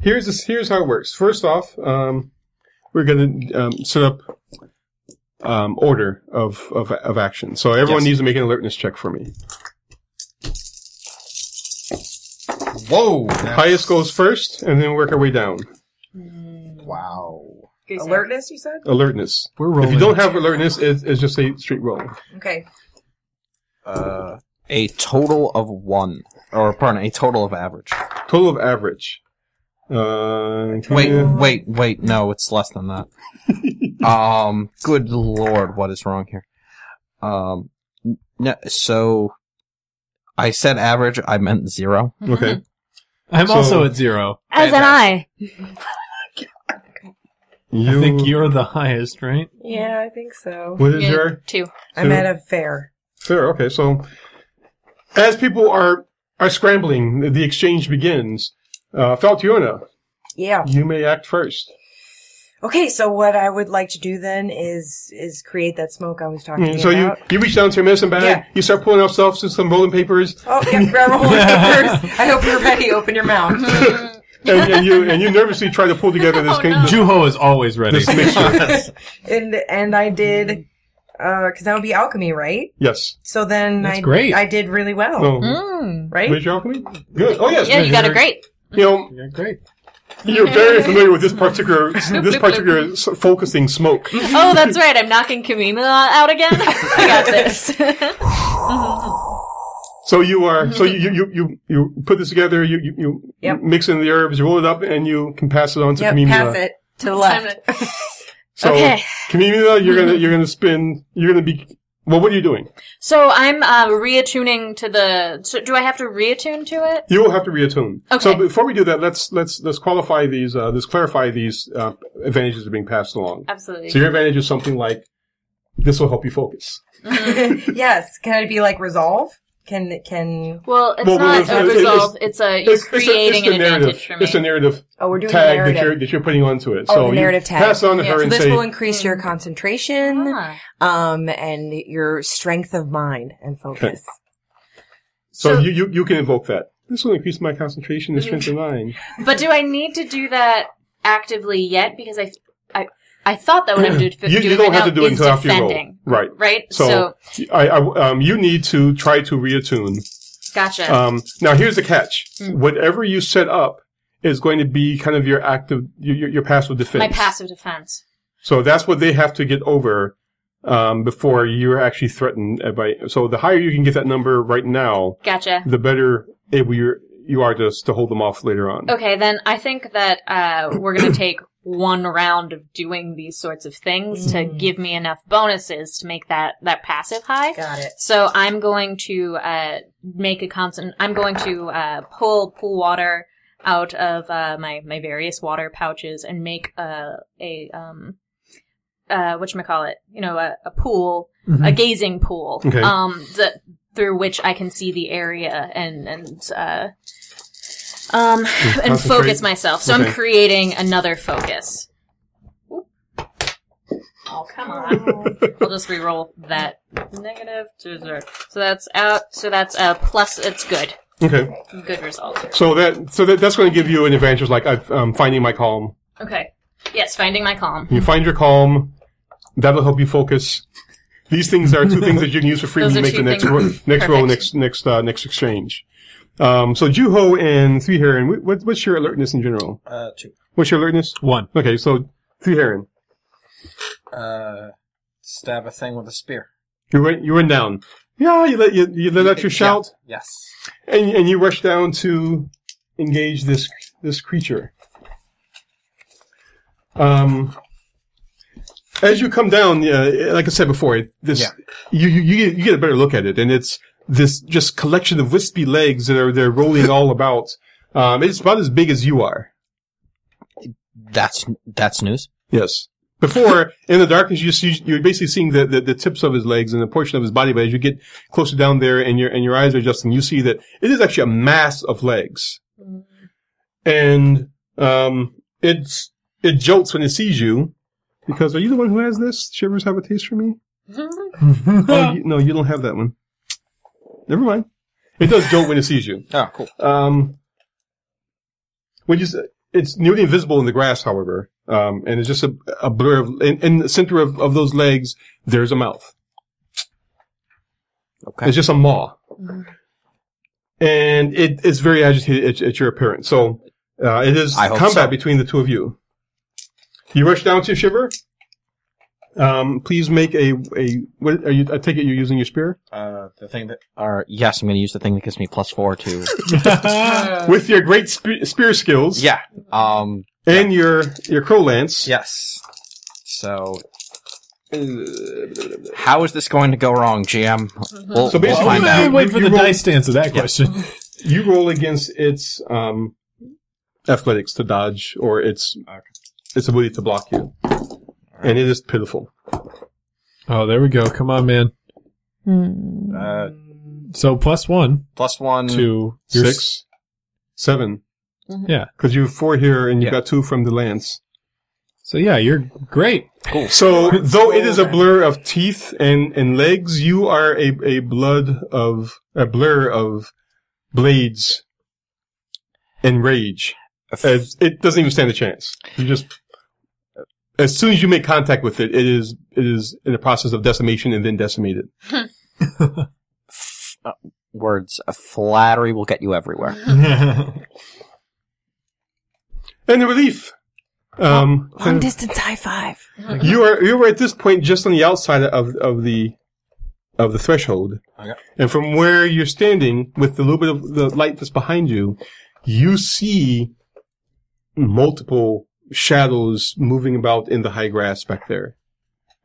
Speaker 2: here's this, here's how it works. First off, um, we're gonna um, set up um, order of, of of action. So everyone needs
Speaker 3: Yes.
Speaker 2: to make an alertness check for me.
Speaker 7: Whoa!
Speaker 2: Highest goes first, and then work our way down.
Speaker 6: Mm.
Speaker 7: Wow.
Speaker 4: Goose egg.
Speaker 6: Alertness, you said?
Speaker 2: Alertness.
Speaker 5: We're rolling.
Speaker 2: If you don't have alertness, it's, it's just a street roll.
Speaker 6: Okay.
Speaker 3: Uh, a total of one, or pardon, a total of average.
Speaker 2: Total of average. Uh,
Speaker 3: Wait,
Speaker 2: yeah.
Speaker 3: wait, wait. No, it's less than that. um, good lord, what is wrong here? Um, n- no, so I said average. I meant zero.
Speaker 4: Mm-hmm.
Speaker 2: Okay.
Speaker 5: I'm
Speaker 2: So-
Speaker 5: also at zero.
Speaker 4: As an I.
Speaker 5: I think you're the highest, right?
Speaker 6: Yeah, I think so.
Speaker 2: What is
Speaker 4: Yeah,
Speaker 2: your
Speaker 4: Two.
Speaker 6: I'm
Speaker 2: So-
Speaker 6: at a fair.
Speaker 2: Fair. Okay. So, as people are are scrambling, the- the exchange begins. Uh, Faltiona,
Speaker 6: Yeah.
Speaker 2: you may act first.
Speaker 6: Okay, so what I would like to do then is is create that smoke I was talking
Speaker 2: And
Speaker 6: about.
Speaker 2: Mm, so you you reach down to your medicine bag.
Speaker 6: Yeah.
Speaker 2: You start pulling out stuff, some- some rolling papers,
Speaker 6: Oh, yeah, grab a hold of it first. I hope you're ready. Open your mouth.
Speaker 2: and, and you and you nervously try to pull together this.
Speaker 4: Oh,
Speaker 2: kind-
Speaker 4: no.
Speaker 2: this-
Speaker 5: Juho is always ready.
Speaker 2: this mixture.
Speaker 6: And and I did, because that would be alchemy, right?
Speaker 2: yes.
Speaker 6: So then
Speaker 5: That's
Speaker 6: I
Speaker 5: great.
Speaker 6: I did really well,
Speaker 2: Oh.
Speaker 4: Mm.
Speaker 6: right?
Speaker 2: Where's your alchemy? Good. Oh yes.
Speaker 4: Yeah, you got a great.
Speaker 2: You know,
Speaker 5: Yeah, great.
Speaker 2: you're very familiar with this particular this particular s- focusing smoke.
Speaker 4: Oh, that's right. I'm knocking Kamina out again. I got this.
Speaker 2: So you are so you you you you put this together. You you, you
Speaker 6: Mm-hmm. Yep.
Speaker 2: mix in the herbs. You roll it up, and you can pass it on to
Speaker 6: Yep,
Speaker 2: Kamimila.
Speaker 6: pass it to the left.
Speaker 4: Time to-
Speaker 2: So,
Speaker 4: Okay.
Speaker 2: Kamina, you're gonna you're gonna spin. You're gonna be. Well, what are you doing?
Speaker 4: so I'm uh, reattuning to the. So do I have to reattune to it?
Speaker 2: You will have to reattune.
Speaker 4: Okay.
Speaker 2: So before we do that, let's let's let's qualify these. Uh, let's clarify these uh, advantages that are being passed along.
Speaker 4: Absolutely.
Speaker 2: So your advantage is something like this will help you focus.
Speaker 6: yes, can it be like resolve? Can can?
Speaker 4: Well, it's
Speaker 2: Well, well,
Speaker 4: not
Speaker 2: it's-
Speaker 4: a
Speaker 2: it's-
Speaker 4: resolve. It's, a you're
Speaker 2: It's- it's the- it's
Speaker 4: creating
Speaker 2: the
Speaker 4: an
Speaker 2: narrative.
Speaker 4: advantage for me.
Speaker 2: It's a narrative
Speaker 6: Oh, we're doing
Speaker 2: tag
Speaker 6: the
Speaker 2: that you're
Speaker 6: narrative.
Speaker 2: that you're putting onto it.
Speaker 6: Oh,
Speaker 2: so
Speaker 6: the
Speaker 2: you
Speaker 6: narrative tag.
Speaker 2: Pass on to her
Speaker 4: Yeah.
Speaker 2: and
Speaker 6: This
Speaker 2: say,
Speaker 6: will increase your concentration,
Speaker 4: Ah.
Speaker 6: um, and your strength of mind and focus.
Speaker 2: so,
Speaker 4: So-
Speaker 2: you, you you can invoke that. This will increase my concentration and strength of
Speaker 4: Mm.
Speaker 2: mind.
Speaker 4: Ah. But do I need to do that actively yet? Because I, I, I thought that what I'm do,
Speaker 2: You,
Speaker 4: doing
Speaker 2: you don't
Speaker 4: right
Speaker 2: have to
Speaker 4: now
Speaker 2: do it
Speaker 4: is
Speaker 2: until after you roll.
Speaker 4: defending,
Speaker 2: Right.
Speaker 4: right? So,
Speaker 2: So, I, I um you need to try to reattune.
Speaker 4: gotcha.
Speaker 2: Um, now here's the catch:
Speaker 4: Mm.
Speaker 2: whatever you set up is going to be kind of your active, your, your- your passive defense.
Speaker 4: My passive defense.
Speaker 2: So that's what they have to get over um, before you're actually threatened by. So the higher you can get that number right now,
Speaker 4: Gotcha.
Speaker 2: the better able you're, you are to to hold them off later on.
Speaker 4: Okay, then I think that uh, we're gonna take one round of doing these sorts of things to
Speaker 6: Mm.
Speaker 4: give me enough bonuses to make that that passive high.
Speaker 6: Got it.
Speaker 4: So I'm going to uh, make a constant. I'm going to uh, pull pool water out of uh, my my various water pouches and make a a um uh what call it you know a, a pool a gazing pool
Speaker 2: Mm-hmm. Okay.
Speaker 4: um that through which I can see the area and and uh um and
Speaker 2: concentrate.
Speaker 4: focus myself. So
Speaker 2: Okay.
Speaker 4: I'm creating another focus. Oop. Oh come on. I'll just re-roll that negative to zero. So that's out. So that's a plus. It's good.
Speaker 2: Okay.
Speaker 4: Good result.
Speaker 2: So that so that, that's going to give you an advantage, like I've, um, finding my calm.
Speaker 4: Okay. Yes, finding my calm.
Speaker 2: You find your calm. That'll help you focus. These things are two things that you can use for free when
Speaker 4: Those
Speaker 2: you
Speaker 4: are
Speaker 2: make the next
Speaker 4: two
Speaker 2: ro-
Speaker 4: things.
Speaker 2: next roll,
Speaker 4: Perfect.
Speaker 2: next next uh, next exchange. Um, so Juho and Three Heron, wh- what, what's your alertness in general?
Speaker 7: Uh, two.
Speaker 2: What's your alertness?
Speaker 5: One.
Speaker 2: Okay, so Three Heron,
Speaker 7: Uh, stab a thing with a spear.
Speaker 2: you went you went down. Yeah, you let you, you let out your shout,
Speaker 7: Yes.
Speaker 2: and and you rush down to engage this this creature. Um, as you come down, uh, like I said before, this
Speaker 7: Yeah.
Speaker 2: you, you you get you get a better look at it, and it's this just collection of wispy legs that are they're rolling all about. Um, it's about as big as you are.
Speaker 7: That's that's news.
Speaker 2: Yes. Before, in the darkness, you see, you're basically seeing the, the, the tips of his legs and a portion of his body, but as you get closer down there and your, and your eyes are adjusting, you see that it is actually a mass of legs. And, um, it's, it jolts when it sees you. Because are you the one who has this? Shivers have a taste for me? oh, you, no, you don't have that one. Never mind. It does jolt when it sees you.
Speaker 7: Oh, cool.
Speaker 2: Um, when you s- it's nearly invisible in the grass, however, um, and it's just a, a blur of in, in the center of, of those legs. There's a mouth.
Speaker 7: Okay. Mm-hmm.
Speaker 2: It's just a maw, and it, it's very agitated at, at your appearance. So uh, it is
Speaker 7: I hope
Speaker 2: combat
Speaker 7: so.
Speaker 2: between the two of you. You rush down to Shiver. Um, please make a a. What are you? I take it you're using your spear
Speaker 7: Uh, the thing that. Or yes, I'm going to use the thing that gives me plus four to.
Speaker 2: with your great spe- spear skills.
Speaker 7: yeah. Um.
Speaker 2: and your your crow lance.
Speaker 7: Yes. So. How is this going to go wrong, GM? We'll,
Speaker 2: So
Speaker 7: we'll
Speaker 2: basically-
Speaker 7: find
Speaker 5: Oh, Wait,
Speaker 7: out.
Speaker 5: wait for
Speaker 2: You
Speaker 5: the
Speaker 2: roll-
Speaker 5: dice to answer that
Speaker 7: Yeah.
Speaker 5: question.
Speaker 2: You roll against its um, athletics to dodge or its its ability to block you, and it is pitiful.
Speaker 5: Oh, there we go. Come on, man.
Speaker 7: Uh,
Speaker 3: Mm.
Speaker 5: So plus one
Speaker 7: plus one.
Speaker 5: to your s-
Speaker 2: Six, seven.
Speaker 5: Yeah.
Speaker 2: because you have four here and you
Speaker 7: Yeah.
Speaker 2: got two from the lance.
Speaker 5: So yeah, you're great.
Speaker 2: So though it is a blur of teeth and and legs, you are a a blood of a blur of blades and rage. As- it doesn't even stand a chance. You just as soon as you make contact with it, it is it is in the process of decimation and then decimated.
Speaker 7: f- uh, words. A flattery will get you everywhere.
Speaker 2: And the relief. Um,
Speaker 6: Long distance high five.
Speaker 2: you are you were at this point just on the outside of of the of the threshold.
Speaker 7: Okay.
Speaker 2: And from where you're standing, with the little bit of the light that's behind you, you see multiple shadows moving about in the high grass back there.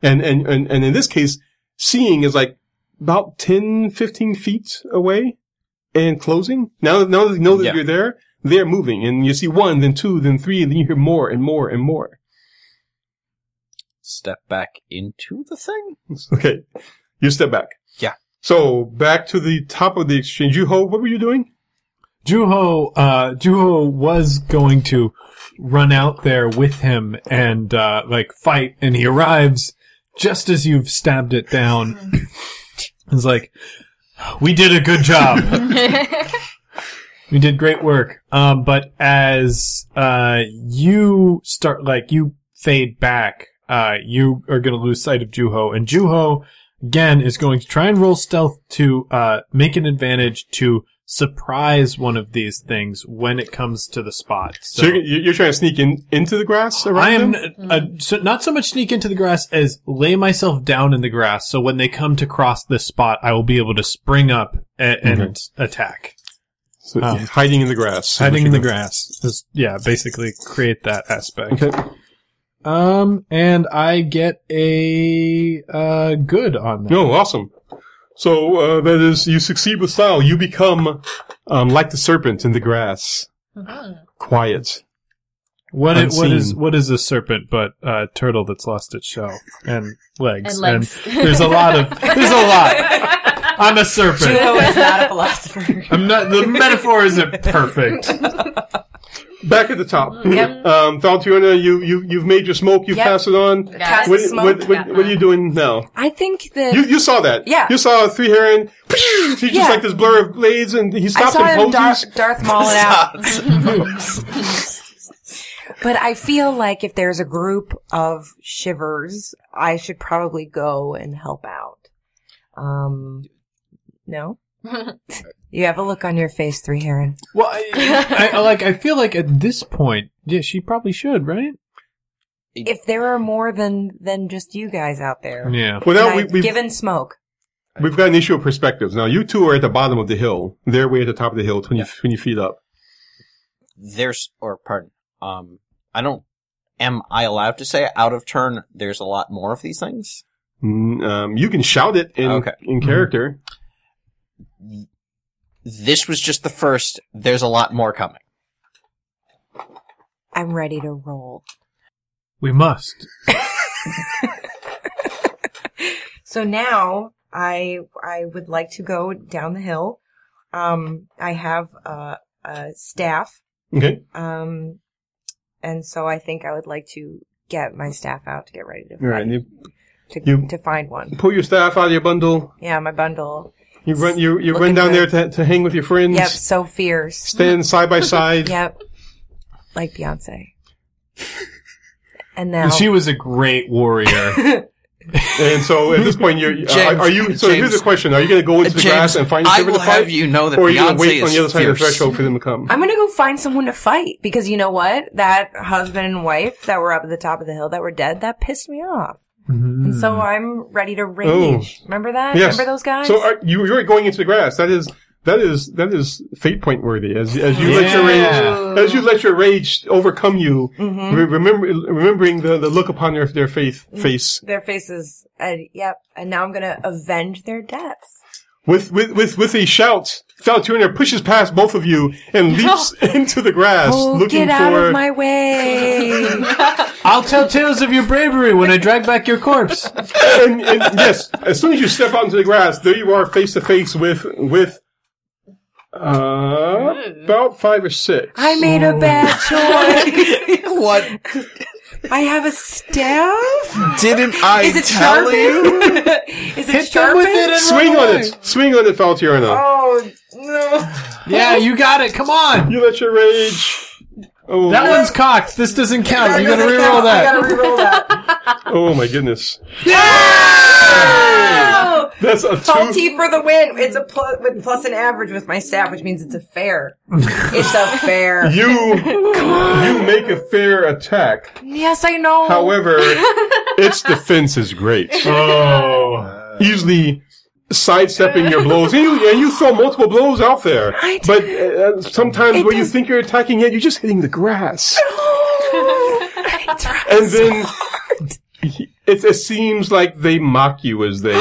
Speaker 2: And and and, and in this case, seeing is like about 10, 15 feet away and closing. Now now that they know that
Speaker 7: Yeah.
Speaker 2: you're there, they're moving and you see one, then two, then three, and then you hear more and more and more.
Speaker 7: Step back into the thing.
Speaker 2: Okay. You step back.
Speaker 7: Yeah.
Speaker 2: So back to the top of the exchange. You ho, what were you doing?
Speaker 5: Juho, uh, Juho was going to run out there with him and, uh, like fight, and he arrives just as you've stabbed it down. It's like, we did a good job. we did great work. Um, but as, uh, you start, like, you fade back, uh, you are gonna lose sight of Juho, and Juho, again, is going to try and roll stealth to, uh, make an advantage to surprise one of these things when it comes to the spot.
Speaker 2: So, you're, you're trying to sneak in into the grass around
Speaker 5: I am
Speaker 2: them?
Speaker 5: uh, so not so much sneak into the grass as lay myself down in the grass. So when they come to cross this spot, I will be able to spring up a- and attack.
Speaker 2: So,
Speaker 5: um,
Speaker 2: yeah, hiding in the grass.
Speaker 5: Hiding in the grass is yeah, basically create that aspect.
Speaker 2: Okay.
Speaker 5: Um, and I get a uh good on that.
Speaker 2: No, awesome. So uh, that is, you succeed with style. You become um, like the serpent in the grass,
Speaker 4: Mm-hmm.
Speaker 2: quiet.
Speaker 5: What it, what
Speaker 2: Unseen.
Speaker 5: is what is a serpent but a turtle that's lost its shell and legs
Speaker 4: And legs.
Speaker 5: there's a lot of there's a lot. I'm a serpent.
Speaker 6: Juho is not a philosopher.
Speaker 5: I'm not. The metaphor isn't perfect.
Speaker 2: Back at the top.
Speaker 6: Mm-hmm. Yep.
Speaker 2: Um, Valtiona, you, you, you've made your smoke. You
Speaker 6: Yep.
Speaker 2: pass it on.
Speaker 6: Pass
Speaker 2: What,
Speaker 6: the smoke.
Speaker 2: what, what, what are you doing now?
Speaker 6: I think that
Speaker 2: You, you saw that.
Speaker 6: Yeah.
Speaker 2: You saw a three heron. He's just
Speaker 6: Yeah.
Speaker 2: like this blur of blades and he
Speaker 6: I
Speaker 2: stops
Speaker 6: saw
Speaker 2: and
Speaker 6: him Dar-
Speaker 2: poses.
Speaker 6: Darth Maul it out. But I feel like if there's a group of shivers, I should probably go and help out. Um, no? you have a look on your face, Three Heron.
Speaker 5: Well, I, I like. I feel like at this point, yeah, she probably should, right?
Speaker 6: If there are more than, than just you guys out there,
Speaker 5: Yeah.
Speaker 6: and
Speaker 2: Without, we,
Speaker 6: I've
Speaker 2: we've,
Speaker 6: given smoke.
Speaker 2: we've got an issue of perspectives. Now, you two are at the bottom of the hill. They're way at the top of the hill, 20, 20 feet up.
Speaker 3: There's, or pardon, um, I don't. Am I allowed to say out of turn? There's a lot more of these things.
Speaker 2: Mm, um, you can shout it in,
Speaker 3: Okay.
Speaker 2: in
Speaker 7: Mm-hmm.
Speaker 2: character.
Speaker 3: This was just the first. There's a lot more coming.
Speaker 6: I'm ready to roll.
Speaker 5: We must.
Speaker 6: So now I I would like to go down the hill. Um, I have a, a staff,
Speaker 2: Okay.
Speaker 6: um, and so I think I would like to get my staff out to get ready to
Speaker 2: All right. You
Speaker 6: to,
Speaker 2: you-
Speaker 6: to find one.
Speaker 2: pull your staff out of your bundle.
Speaker 6: Yeah, my bundle.
Speaker 2: You run, you, you run
Speaker 6: Looking
Speaker 2: down
Speaker 6: good.
Speaker 2: there to, to hang with your friends.
Speaker 6: Yep, so fierce.
Speaker 2: Stand side by side.
Speaker 6: Yep, like Beyonce. And now
Speaker 5: She was a great warrior.
Speaker 2: And so at this point, you're, uh,
Speaker 7: James-
Speaker 2: are, are you, so here's
Speaker 7: James-
Speaker 2: the question. Are you going to go into the grass
Speaker 7: James,
Speaker 2: and find
Speaker 7: I
Speaker 2: someone
Speaker 7: will
Speaker 2: to fight?
Speaker 7: have you know that
Speaker 2: or are you
Speaker 7: Beyonce
Speaker 2: gonna wait on
Speaker 7: is
Speaker 2: the other side of the
Speaker 7: fierce.
Speaker 2: threshold for them to come?
Speaker 6: I'm gonna go find someone to fight because you know what? That husband and wife that were up at the top of the hill that were dead that pissed me off, and so I'm ready to rage. Remember that?
Speaker 2: Yes.
Speaker 6: Remember those guys?
Speaker 2: So are, you, you're going into the grass. That is, that is, that is fate point worthy. As, as you let your rage, as you let your rage overcome you,
Speaker 6: Mm-hmm.
Speaker 2: re- remember, remembering the, the look upon their, their faith, face
Speaker 6: Their faces. And, yep. And now I'm gonna avenge their deaths.
Speaker 2: with, with, with, with a shout. Falturner pushes past both of you and leaps into the grass
Speaker 6: Oh,
Speaker 2: looking
Speaker 6: get
Speaker 2: for
Speaker 6: out of my way!
Speaker 5: I'll tell tales of your bravery when I drag back your corpse.
Speaker 2: and, and yes, as soon as you step out into the grass, there you are face to face with with uh, about five or six.
Speaker 6: I made a bad choice.
Speaker 7: What
Speaker 6: I have a staff.
Speaker 7: didn't I
Speaker 6: Is it
Speaker 7: tell
Speaker 6: sharpened?
Speaker 7: you?
Speaker 6: Is it sharpened?
Speaker 2: Swing on it, swing on it, Faltiorna.
Speaker 6: Oh no!
Speaker 5: Yeah, you got it. Come on.
Speaker 2: You let your rage. Oh,
Speaker 5: That one's cocked. This doesn't count. You gotta reroll that.
Speaker 6: I gotta reroll that.
Speaker 2: oh my goodness!
Speaker 6: Oh!
Speaker 2: That's a
Speaker 6: Tall
Speaker 2: two.
Speaker 6: T for the win. It's a plus, with plus an average with my staff, which means it's a fair. It's a fair.
Speaker 2: You you make a fair attack.
Speaker 6: yes, I know.
Speaker 2: However, its defense is great. Uh,
Speaker 5: Oh.
Speaker 2: Usually sidestepping your blows, and you, and you throw multiple blows out there.
Speaker 6: I
Speaker 2: But uh, sometimes
Speaker 6: It
Speaker 2: where you
Speaker 6: does-
Speaker 2: think you're attacking it, you're just hitting the grass. and then it, it seems like they mock you as they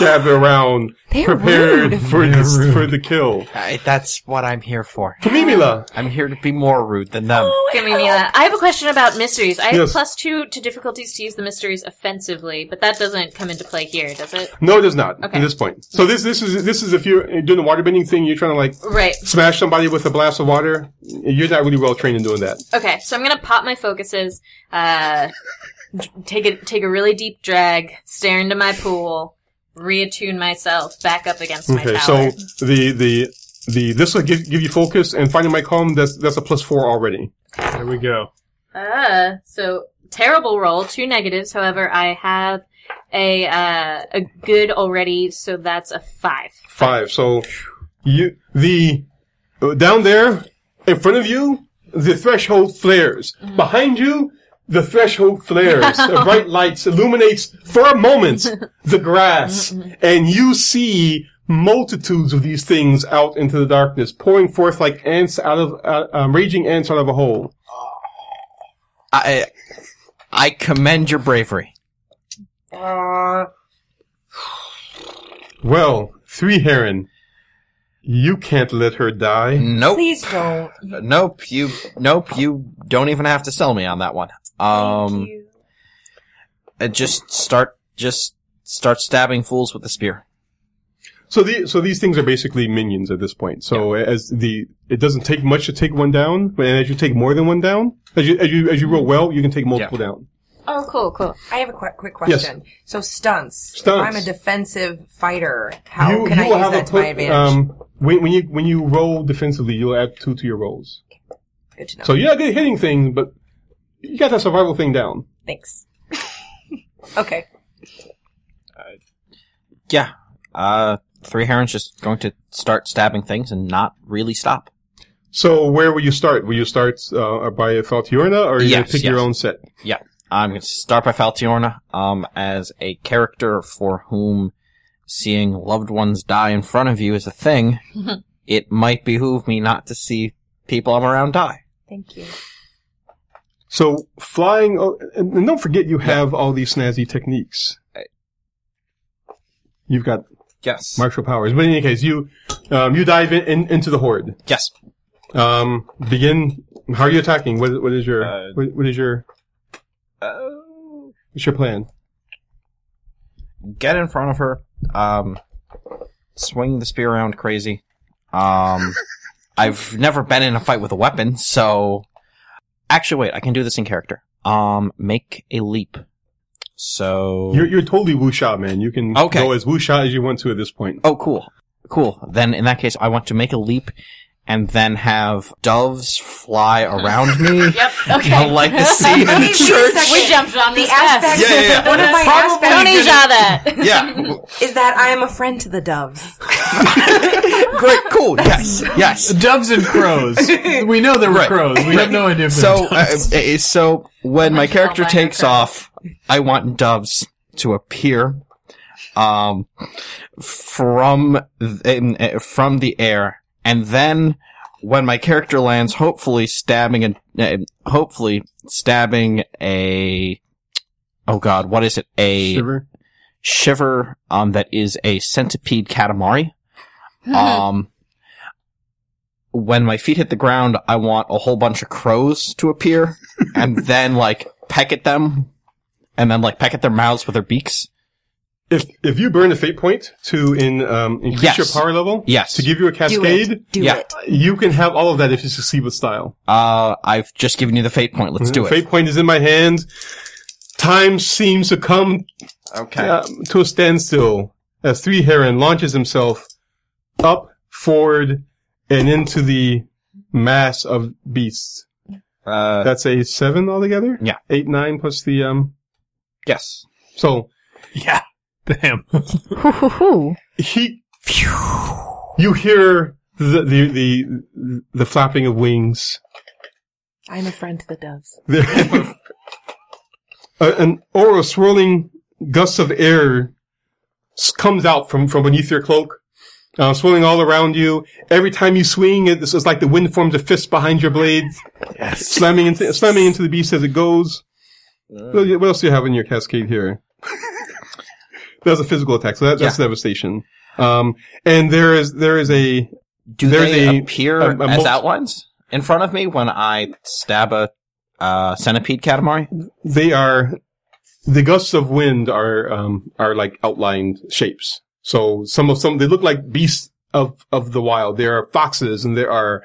Speaker 2: gather around,
Speaker 6: They're
Speaker 2: prepared
Speaker 6: rude.
Speaker 2: for
Speaker 5: They're
Speaker 2: this,
Speaker 5: rude.
Speaker 2: for the kill.
Speaker 3: I, that's what I'm here for.
Speaker 2: Kamimila,
Speaker 3: I'm here to be more rude than them.
Speaker 4: Give me Mila. I have a question about mysteries. I have
Speaker 2: Yes.
Speaker 4: plus two to difficulties to use the mysteries offensively, but that doesn't come into play here, does it?
Speaker 2: no, it does not
Speaker 4: Okay.
Speaker 2: at this point. So this this is this is if you're doing the waterbending thing, you're trying to like
Speaker 4: Right.
Speaker 2: smash somebody with a blast of water. You're not really well trained in doing that.
Speaker 4: Okay, so I'm gonna pop my focuses, uh, d- take a take a really deep drag, stare into my pool, reattune myself back up against my
Speaker 2: Okay,
Speaker 4: tower.
Speaker 2: so the the the this will give, give you focus and finding my calm. That's that's a plus four already.
Speaker 5: There we go.
Speaker 4: Uh, so terrible roll, two negatives. However, I have a uh, a good already, so that's a five.
Speaker 2: Five. So you the uh, down there in front of you, the threshold flares. Behind you, the threshold flares. The bright lights illuminates for a moment the grass, and you see multitudes of these things out into the darkness, pouring forth like ants out of uh, um, raging ants out of a hole.
Speaker 3: I I commend your bravery.
Speaker 6: Aw.
Speaker 2: Well, three heron. You can't let her die.
Speaker 3: Nope.
Speaker 6: please don't.
Speaker 3: Nope. You nope. You don't even have to sell me on that one. Um,
Speaker 6: Thank you.
Speaker 3: uh, just start just start stabbing fools with the spear.
Speaker 2: So the so these things are basically minions at this point. So as the it doesn't take much to take one down, but as you take more than one down, as you as you as you
Speaker 3: Mm-hmm.
Speaker 2: roll well, you can take multiple down.
Speaker 4: Oh, cool, cool.
Speaker 6: I have a qu- quick
Speaker 2: Yes.
Speaker 6: question. So stunts. If
Speaker 2: Stunts.
Speaker 6: I'm a defensive fighter. How
Speaker 2: you
Speaker 6: can
Speaker 2: you
Speaker 6: I
Speaker 2: will
Speaker 6: use
Speaker 2: have
Speaker 6: that
Speaker 2: a
Speaker 6: to
Speaker 2: pl-
Speaker 6: my advantage?
Speaker 2: Um, when, when you when you roll defensively, you'll add two to your rolls.
Speaker 6: Good to know.
Speaker 2: So you're not good at hitting things, but you got that survival thing down.
Speaker 6: Thanks. okay.
Speaker 3: Yeah. Uh, three herons just going to start stabbing things and not really stop.
Speaker 2: So where will you start? Will you start uh, by a Faltiorna, or you
Speaker 3: Yes,
Speaker 2: pick your
Speaker 3: yes.
Speaker 2: own set?
Speaker 3: I'm going to start by Faltiorna, um, as a character for whom seeing loved ones die in front of you is a thing. it might behoove me not to see people I'm around die.
Speaker 6: Thank you.
Speaker 2: So flying, oh, and and don't forget you have all these snazzy techniques. You've got
Speaker 3: Yes.
Speaker 2: martial powers, but in any case, you um, you dive in, in into the horde.
Speaker 3: yes.
Speaker 2: Um, begin. How are you attacking? What, what is your
Speaker 3: Uh,
Speaker 2: what, what is your
Speaker 6: Oh.
Speaker 2: what's your plan?
Speaker 3: get in front of her. Um, swing the spear around crazy. Um, I've never been in a fight with a weapon, so actually, wait, I can do this in character. Um, make a leap. So
Speaker 2: You're you're totally wuxia, man. You can
Speaker 3: Okay.
Speaker 2: go as wuxia as you want to at this point.
Speaker 3: oh, cool, cool. Then in that case, I want to make a leap and then have doves fly around me.
Speaker 4: Yep. Okay.
Speaker 3: I like the scene in
Speaker 6: Wait
Speaker 3: the
Speaker 6: a
Speaker 3: church.
Speaker 6: second.
Speaker 4: We jumped on
Speaker 6: The
Speaker 4: this fast.
Speaker 6: aspect.
Speaker 3: Yeah, yeah, yeah.
Speaker 6: One of my
Speaker 3: Probably
Speaker 4: Don't
Speaker 6: aspects
Speaker 4: enjoy that.
Speaker 3: Yeah,
Speaker 6: is that I am a friend to the doves.
Speaker 3: great, cool. Yes, yes.
Speaker 5: Doves and crows. we know there were
Speaker 3: Right.
Speaker 5: crows. We have no idea. If there
Speaker 3: So,
Speaker 5: were
Speaker 3: uh,
Speaker 5: doves.
Speaker 3: uh, so when my character
Speaker 4: Oh, my
Speaker 3: takes
Speaker 4: God.
Speaker 3: off, I want doves to appear, um, from th- in, uh, from the air, and then when my character lands, hopefully stabbing a, uh, hopefully stabbing a, oh god, what is it? A
Speaker 5: uh,
Speaker 2: Shiver.
Speaker 3: shiver um, that is a centipede katamari. Um, when my feet hit the ground, I want a whole bunch of crows to appear and then like peck at them and then like peck at their mouths with their beaks.
Speaker 2: If if you burn a fate point to in um, increase
Speaker 3: Yes.
Speaker 2: your power level,
Speaker 3: Yes.
Speaker 2: to give you a
Speaker 6: Do
Speaker 2: cascade,
Speaker 6: it. Do
Speaker 3: Yeah.
Speaker 6: it.
Speaker 2: you can have all of that if you succeed with style.
Speaker 3: Uh, I've just given you the fate point. Let's do
Speaker 2: Fate
Speaker 3: it.
Speaker 2: point is in my hand. Time seems to come
Speaker 3: Okay.
Speaker 2: uh, to a standstill as Three Heron launches himself up, forward, and into the mass of beasts.
Speaker 3: Uh,
Speaker 2: That's a seven altogether.
Speaker 3: Yeah.
Speaker 2: eight, nine plus the um.
Speaker 3: yes.
Speaker 2: So
Speaker 5: yeah. Damn.
Speaker 2: he, you hear the the the, the flapping of wings.
Speaker 6: I'm a friend to the doves.
Speaker 2: There, a, an aura swirling gust of air s- comes out from, from beneath your cloak, uh, swirling all around you. Every time you swing, it's, it's like the wind forms a fist behind your blade, slamming into slamming into the beast as it goes. What what else do you have in your cascade here? That was a physical attack, so that, that's devastation. Um, and there is there is a
Speaker 3: Do
Speaker 2: There's
Speaker 3: they
Speaker 2: a-
Speaker 3: appear
Speaker 2: a- a
Speaker 3: as
Speaker 2: multi-
Speaker 3: outlines in front of me when I stab a uh, centipede catamari?
Speaker 2: they are the gusts of wind are um, are like outlined shapes. So some of some they look like beasts of of the wild. There are foxes and there are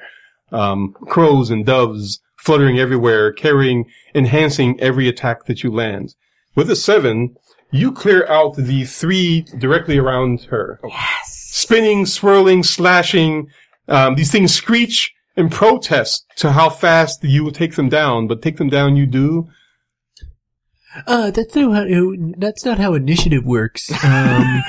Speaker 2: um, crows and doves fluttering everywhere, carrying enhancing every attack that you land. With a seven, you clear out the three directly around her. Spinning, swirling, slashing. Um, these things screech and protest to how fast you will take them down, but take them down you do.
Speaker 5: Uh, that's not how that's not how initiative works. Um,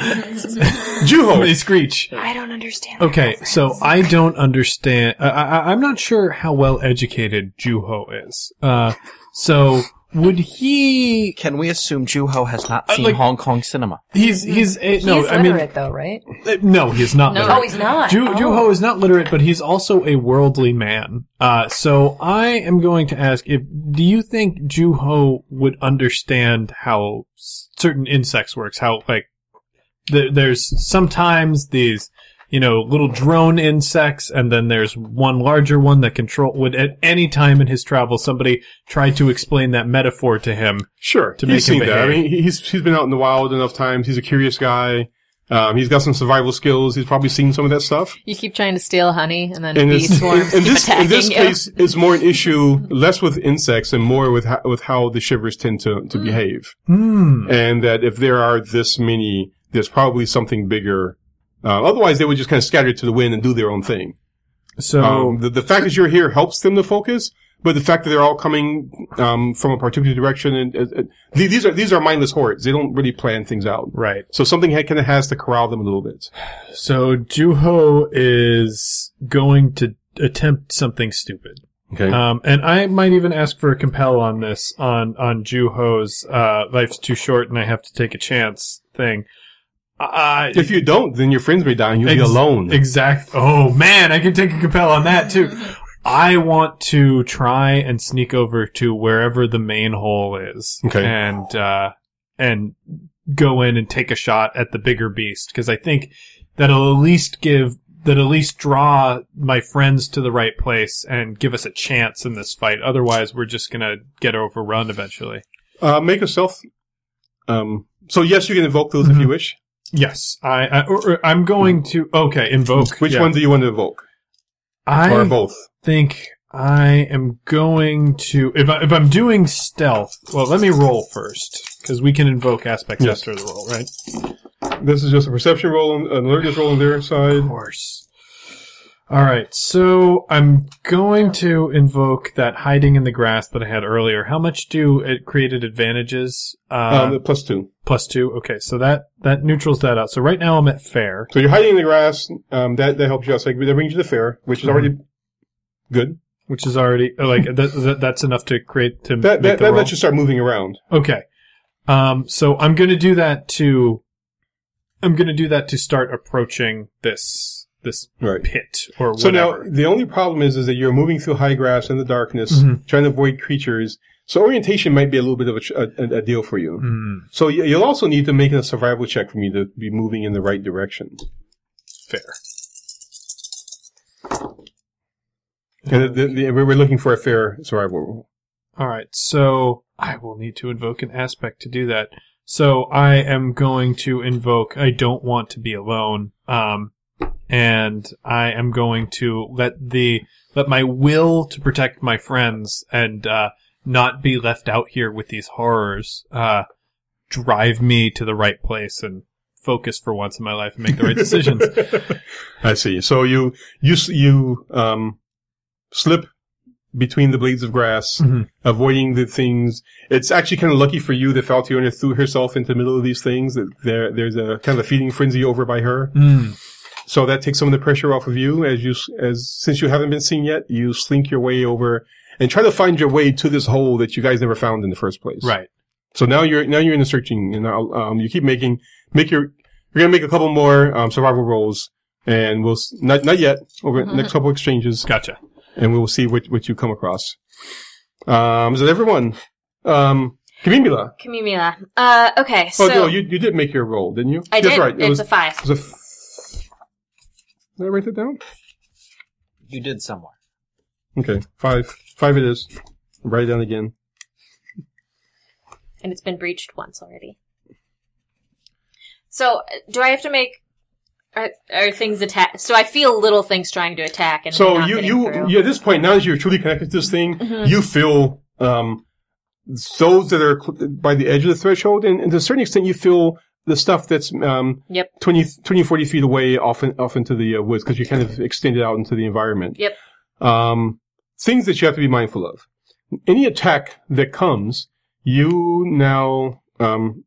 Speaker 2: Juho,
Speaker 5: they screech.
Speaker 8: I don't understand. that
Speaker 5: Okay,
Speaker 8: reference.
Speaker 5: so I don't understand. I, I, I'm not sure how well educated Juho is. Uh, so would he?
Speaker 3: Can we assume Juho has not
Speaker 5: Uh,
Speaker 3: seen
Speaker 5: like-
Speaker 3: Hong Kong cinema?
Speaker 5: He's he's a,
Speaker 6: He
Speaker 5: no.
Speaker 6: is
Speaker 5: I mean,
Speaker 6: literate though, right?
Speaker 5: uh, no, he's not.
Speaker 4: No.
Speaker 5: literate.
Speaker 8: Oh, he's not.
Speaker 5: Ju-
Speaker 8: oh.
Speaker 5: Juho is not literate, but he's also a worldly man. Uh, so I am going to ask if do you think Juho would understand how s- certain insects works? How like th- there's sometimes these you know little drone insects, and then there's one larger one that control. Would at any time in his travel somebody try to explain that metaphor to him?
Speaker 2: Sure,
Speaker 5: to
Speaker 2: he's
Speaker 5: make him
Speaker 2: seen that. I
Speaker 5: behave.
Speaker 2: mean, he's he's been out in the wild enough times. He's a curious guy. Um, he's got some survival skills. He's probably seen some of that stuff.
Speaker 4: You keep trying to steal honey, and then
Speaker 2: And
Speaker 4: bee
Speaker 2: it's-
Speaker 4: swarms
Speaker 2: in
Speaker 4: keep
Speaker 2: this
Speaker 4: attacking
Speaker 2: in this
Speaker 4: you.
Speaker 2: case, it's more an issue less with insects and more with how, with how the shivers tend to
Speaker 4: Mm.
Speaker 2: to behave.
Speaker 5: Hmm.
Speaker 2: And that if there are this many, there's probably something bigger. Uh, otherwise, they would just kind of scatter to the wind and do their own thing.
Speaker 5: So
Speaker 2: Um, the, the fact that you're here helps them to focus, but the fact that they're all coming um, from a particular direction and uh, uh, th- these are these are mindless hordes. They don't really plan things out.
Speaker 5: right.
Speaker 2: So something kind of has to corral them a little bit.
Speaker 5: So Juho is going to attempt something stupid.
Speaker 2: Okay.
Speaker 5: Um, and I might even ask for a compel on this on on Juho's uh, life's too short and I have to take a chance thing. Uh,
Speaker 2: if you don't, then your friends may die and you'll be
Speaker 5: Ex-
Speaker 2: alone.
Speaker 5: exact. Oh man, I can take a compel on that too. I want to try and sneak over to wherever the main hole is,
Speaker 2: Okay.
Speaker 5: and uh, and go in and take a shot at the bigger beast because I think that'll at least give that at least draw my friends to the right place and give us a chance in this fight. Otherwise, we're just gonna get overrun eventually.
Speaker 2: uh, make a self. Um, so yes, you can invoke those
Speaker 5: Mm-hmm.
Speaker 2: if you wish.
Speaker 5: Yes, I, I or, or I'm going to okay invoke
Speaker 2: Which
Speaker 5: yeah.
Speaker 2: one do you want to invoke,
Speaker 5: I
Speaker 2: or both?
Speaker 5: think I am going to if I, if I'm doing stealth. Well, let me roll first because we can invoke aspects
Speaker 2: Yes.
Speaker 5: after the roll, right?
Speaker 2: This is just a perception roll, and an alertness roll on their side.
Speaker 5: Of course. All right, so I'm going to invoke that hiding in the grass that I had earlier. How much do it created advantages? Uh,
Speaker 2: Um, plus two.
Speaker 5: plus two. Okay, so that that neutrals that out. So right now I'm at fair.
Speaker 2: So you're hiding in the grass. Um, that that helps you out. So that brings you to fair, which is already
Speaker 5: mm-hmm.
Speaker 2: good.
Speaker 5: which is already uh, like that, that, that's enough to create to
Speaker 2: That
Speaker 5: make
Speaker 2: that,
Speaker 5: the
Speaker 2: that
Speaker 5: roll.
Speaker 2: lets you start moving around.
Speaker 5: okay. Um, so I'm gonna do that to. I'm gonna do that to start approaching this this
Speaker 2: Right.
Speaker 5: pit or
Speaker 2: So now
Speaker 5: whatever.
Speaker 2: the only problem is is that you're moving through high grass in the darkness,
Speaker 5: Mhm.
Speaker 2: trying to avoid creatures. So orientation might be a little bit of a, ch- a, a- a deal for you.
Speaker 5: Hmm,
Speaker 2: So you- you'll also need to make a survival check for me to be moving in the right direction.
Speaker 5: fair.
Speaker 2: And the- the- we're we're looking for a fair survival rule.
Speaker 5: All right, so I will need to invoke an aspect to do that. So I am going to invoke. I don't want to be alone. Um, and I am going to let the let my will to protect my friends and uh, not be left out here with these horrors uh, drive me to the right place and focus for once in my life and make the right decisions.
Speaker 2: I see. So you you s- you um, slip between the blades of grass,
Speaker 5: Mhm.
Speaker 2: avoiding the things. It's actually kind of lucky for you that Faltiona threw herself into the middle of these things. That there there's a kind of a feeding frenzy over by her.
Speaker 5: Mm,
Speaker 2: So that takes some of the pressure off of you as you, as, since you haven't been seen yet, you slink your way over and try to find your way to this hole that you guys never found in the first place.
Speaker 5: right.
Speaker 2: So now you're, now you're in the searching and now, um, you keep making, make your, you're gonna make a couple more, um, survival rolls and we'll, s- not, not yet, over the next
Speaker 4: Mm-hmm.
Speaker 2: couple exchanges
Speaker 5: Gotcha.
Speaker 2: and we will see what, what you come across. Um, is that everyone? Um, Kamimila.
Speaker 4: Kamimila. Uh, okay,
Speaker 2: Oh,
Speaker 4: so
Speaker 2: no, you, you did make your roll, didn't you?
Speaker 4: I
Speaker 2: That's
Speaker 4: did.
Speaker 2: right. It
Speaker 4: it's
Speaker 2: was,
Speaker 4: a five.
Speaker 2: it was a f- Did I write that down?
Speaker 3: You did somewhere.
Speaker 2: Okay, five. Five it is. Write it down again.
Speaker 4: and it's been breached once already. So, uh, do I have to make are, are things attack? So I feel little things trying to attack, and
Speaker 2: So
Speaker 4: not
Speaker 2: you,
Speaker 4: getting
Speaker 2: you,
Speaker 4: through. Mm-hmm.
Speaker 2: you, at this point, now that you're truly connected to this thing, you feel, um, those that are cl- by the edge of the threshold, and, and to a certain extent, you feel the stuff that's, um,
Speaker 4: Yep.
Speaker 2: 20, 20 40 feet away off, in, off into the uh, woods because you kind of extended out into the environment.
Speaker 4: Yep.
Speaker 2: Um, things that you have to be mindful of. Any attack that comes, you now um,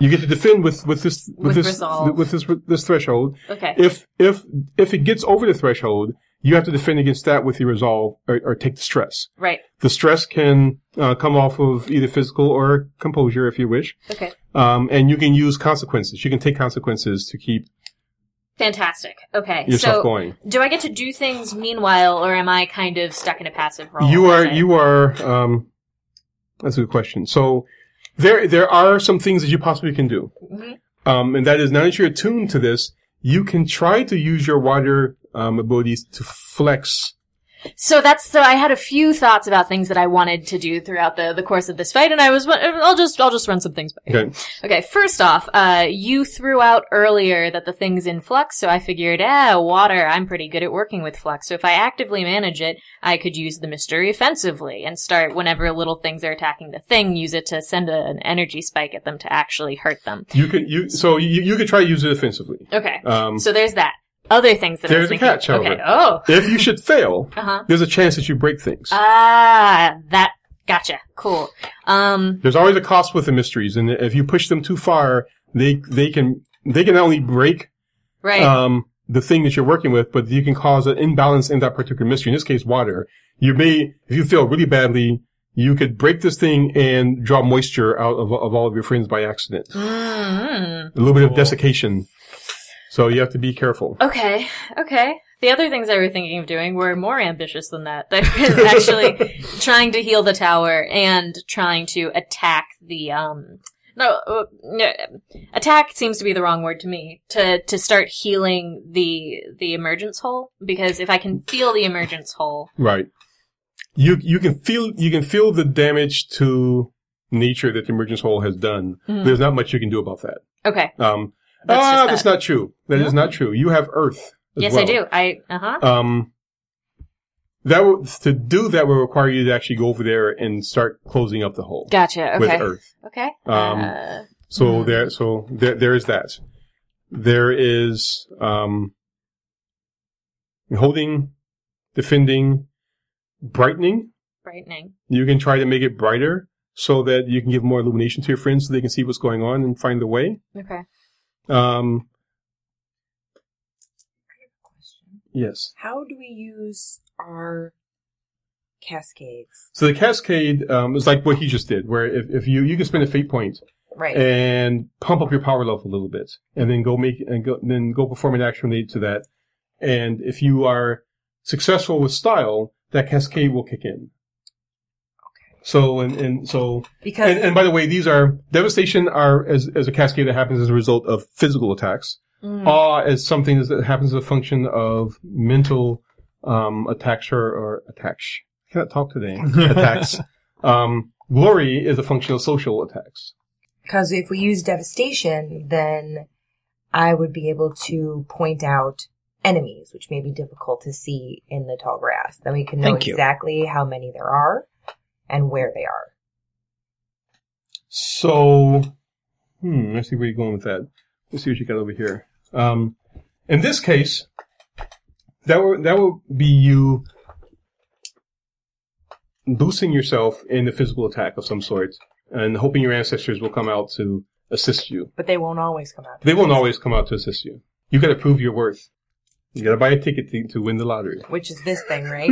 Speaker 2: you get to defend with with this with,
Speaker 4: With
Speaker 2: this
Speaker 4: resolve.
Speaker 2: with this with this threshold.
Speaker 4: Okay.
Speaker 2: If if if it gets over the threshold, you have to defend against that with your resolve or, or take the stress.
Speaker 4: Right.
Speaker 2: The stress can uh, come off of either physical or composure if you wish,
Speaker 4: Okay.
Speaker 2: um, and you can use consequences. You can take consequences to keep
Speaker 4: Fantastic. Okay.
Speaker 2: yourself
Speaker 4: so,
Speaker 2: going.
Speaker 4: do I get to do things meanwhile, or am I kind of stuck in a passive role?
Speaker 2: You are
Speaker 4: Is it-
Speaker 2: you are um that's a good question. So there there are some things that you possibly can do.
Speaker 4: Mhm.
Speaker 2: Um and that is now that you're attuned to this, you can try to use your wider um abilities to flex.
Speaker 4: So that's so. I had a few thoughts about things that I wanted to do throughout the the course of this fight, and I was. I'll just I'll just run some things by. you.
Speaker 2: Okay.
Speaker 4: Okay, first off, uh, you threw out earlier that the thing's in flux, so I figured, ah, water, I'm pretty good at working with flux, so if I actively manage it, I could use the mystery offensively and start whenever little things are attacking the thing, use it to send a, an energy spike at them to actually hurt them.
Speaker 2: You can you so you you can try to use it offensively.
Speaker 4: Okay,
Speaker 2: Um
Speaker 4: so there's that. Other things that I was
Speaker 2: There's a
Speaker 4: thinking.
Speaker 2: catch, however.
Speaker 4: okay, oh,
Speaker 2: if you should fail,
Speaker 4: uh-huh.
Speaker 2: there's a chance that you break things.
Speaker 4: Ah, that, gotcha, cool. Um,
Speaker 2: There's always a cost with the mysteries and if you push them too far, they they can they can not only break
Speaker 4: right.
Speaker 2: um, the thing that you're working with, but you can cause an imbalance in that particular mystery. In this case, water. You may, if you fail really badly, you could break this thing and draw moisture out of, of all of your friends by accident.
Speaker 4: mm
Speaker 2: A little bit of desiccation. So you have to be careful.
Speaker 4: Okay, okay. The other things I were thinking of doing were more ambitious than that. They were actually trying to heal the tower and trying to attack the um no, uh, no attack seems to be the wrong word to me to to start healing the the emergence hole because if I can feel the emergence hole
Speaker 2: Right. You you can feel you can feel the damage to nature that the emergence hole has done.
Speaker 4: Mhm.
Speaker 2: There's not much you can do about that.
Speaker 4: okay
Speaker 2: Um,
Speaker 4: That's just
Speaker 2: ah,
Speaker 4: that.
Speaker 2: that's not true. That is not true. You have Earth. as
Speaker 4: yes I
Speaker 2: well.
Speaker 4: do I uh huh
Speaker 2: Um, that would, to do that would require you to actually go over there and start closing up the hole
Speaker 4: gotcha
Speaker 2: with
Speaker 4: okay
Speaker 2: earth.
Speaker 4: okay
Speaker 2: Um,
Speaker 4: uh,
Speaker 2: So
Speaker 4: Mhm.
Speaker 2: there, so there, there is that. There is um, holding, defending, brightening.
Speaker 4: brightening
Speaker 2: You can try to make it brighter so that you can give more illumination to your friends, so they can see what's going on and find the way.
Speaker 4: okay
Speaker 2: Um, yes.
Speaker 6: How do we use our cascades?
Speaker 2: So the cascade um, is like what he just did, where if, if you you can spend a fate point
Speaker 6: Right.
Speaker 2: and pump up your power level a little bit, and then go make and go, then go perform an action related to that. And if you are successful with style, that cascade will kick in. Okay. So and and so
Speaker 6: because
Speaker 2: and, and by the way, these are devastation are as as a cascade that happens as a result of physical attacks.
Speaker 4: Mm.
Speaker 6: Mm-hmm.
Speaker 2: Awe is something that happens as a function of mental um, attacks or, or attacks. I cannot talk today. attacks. Um, glory is a function of social attacks.
Speaker 6: Because if we use devastation, then I would be able to point out enemies, which may be difficult to see in the tall grass. Then we can know
Speaker 3: Thank you.
Speaker 6: exactly how many there are and where they are.
Speaker 2: So, hmm, let's see where you're going with that. Let's see what you got over here. Um, in this case, that will that will be you boosting yourself in a physical attack of some sort, and hoping your ancestors will come out to assist you.
Speaker 6: But they won't always come out.
Speaker 2: They won't always come out to assist you. You got to prove your worth. You got to buy a ticket to, to win the lottery.
Speaker 6: Which is this thing, right?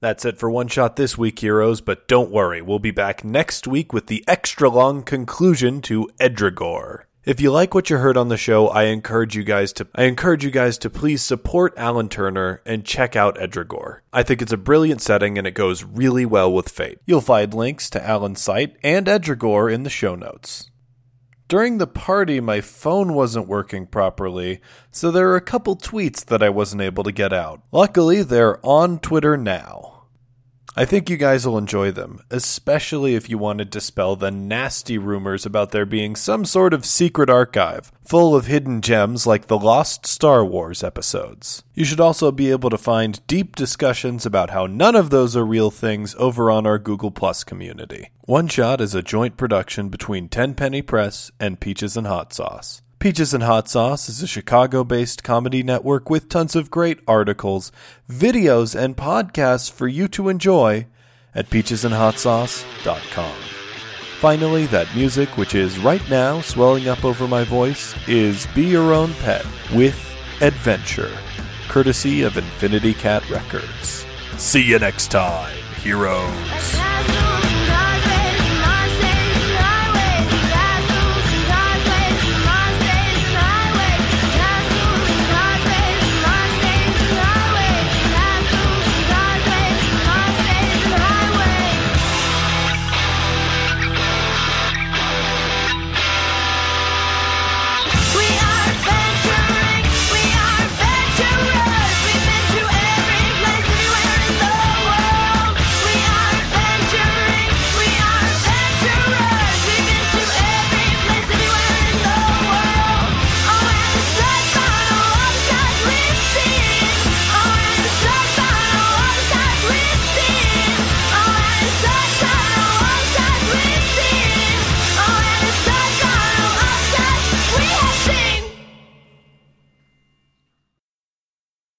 Speaker 1: That's it for One Shot this week, heroes, but don't worry, we'll be back next week with the extra long conclusion to Edrigor. If you like what you heard on the show, I encourage you guys to I encourage you guys to please support Alan Turner and check out Edragor. I think it's a brilliant setting and it goes really well with Fate. You'll find links to Alan's site and Edragor in the show notes. During the party, my phone wasn't working properly, so there are a couple tweets that I wasn't able to get out. Luckily, they're on Twitter now. I think you guys will enjoy them, especially if you want to dispel the nasty rumors about there being some sort of secret archive full of hidden gems like the lost Star Wars episodes. You should also be able to find deep discussions about how none of those are real things over on our Google Plus community. One Shot is a joint production between Tenpenny Press and Peaches and Hot Sauce. Peaches and Hot Sauce is a Chicago based comedy network with tons of great articles, videos, and podcasts for you to enjoy at peachesandhotsauce.com. Finally, that music, which is right now swelling up over my voice, is Be Your Own Pet with Adventure, courtesy of Infinity Cat Records. See you next time, heroes.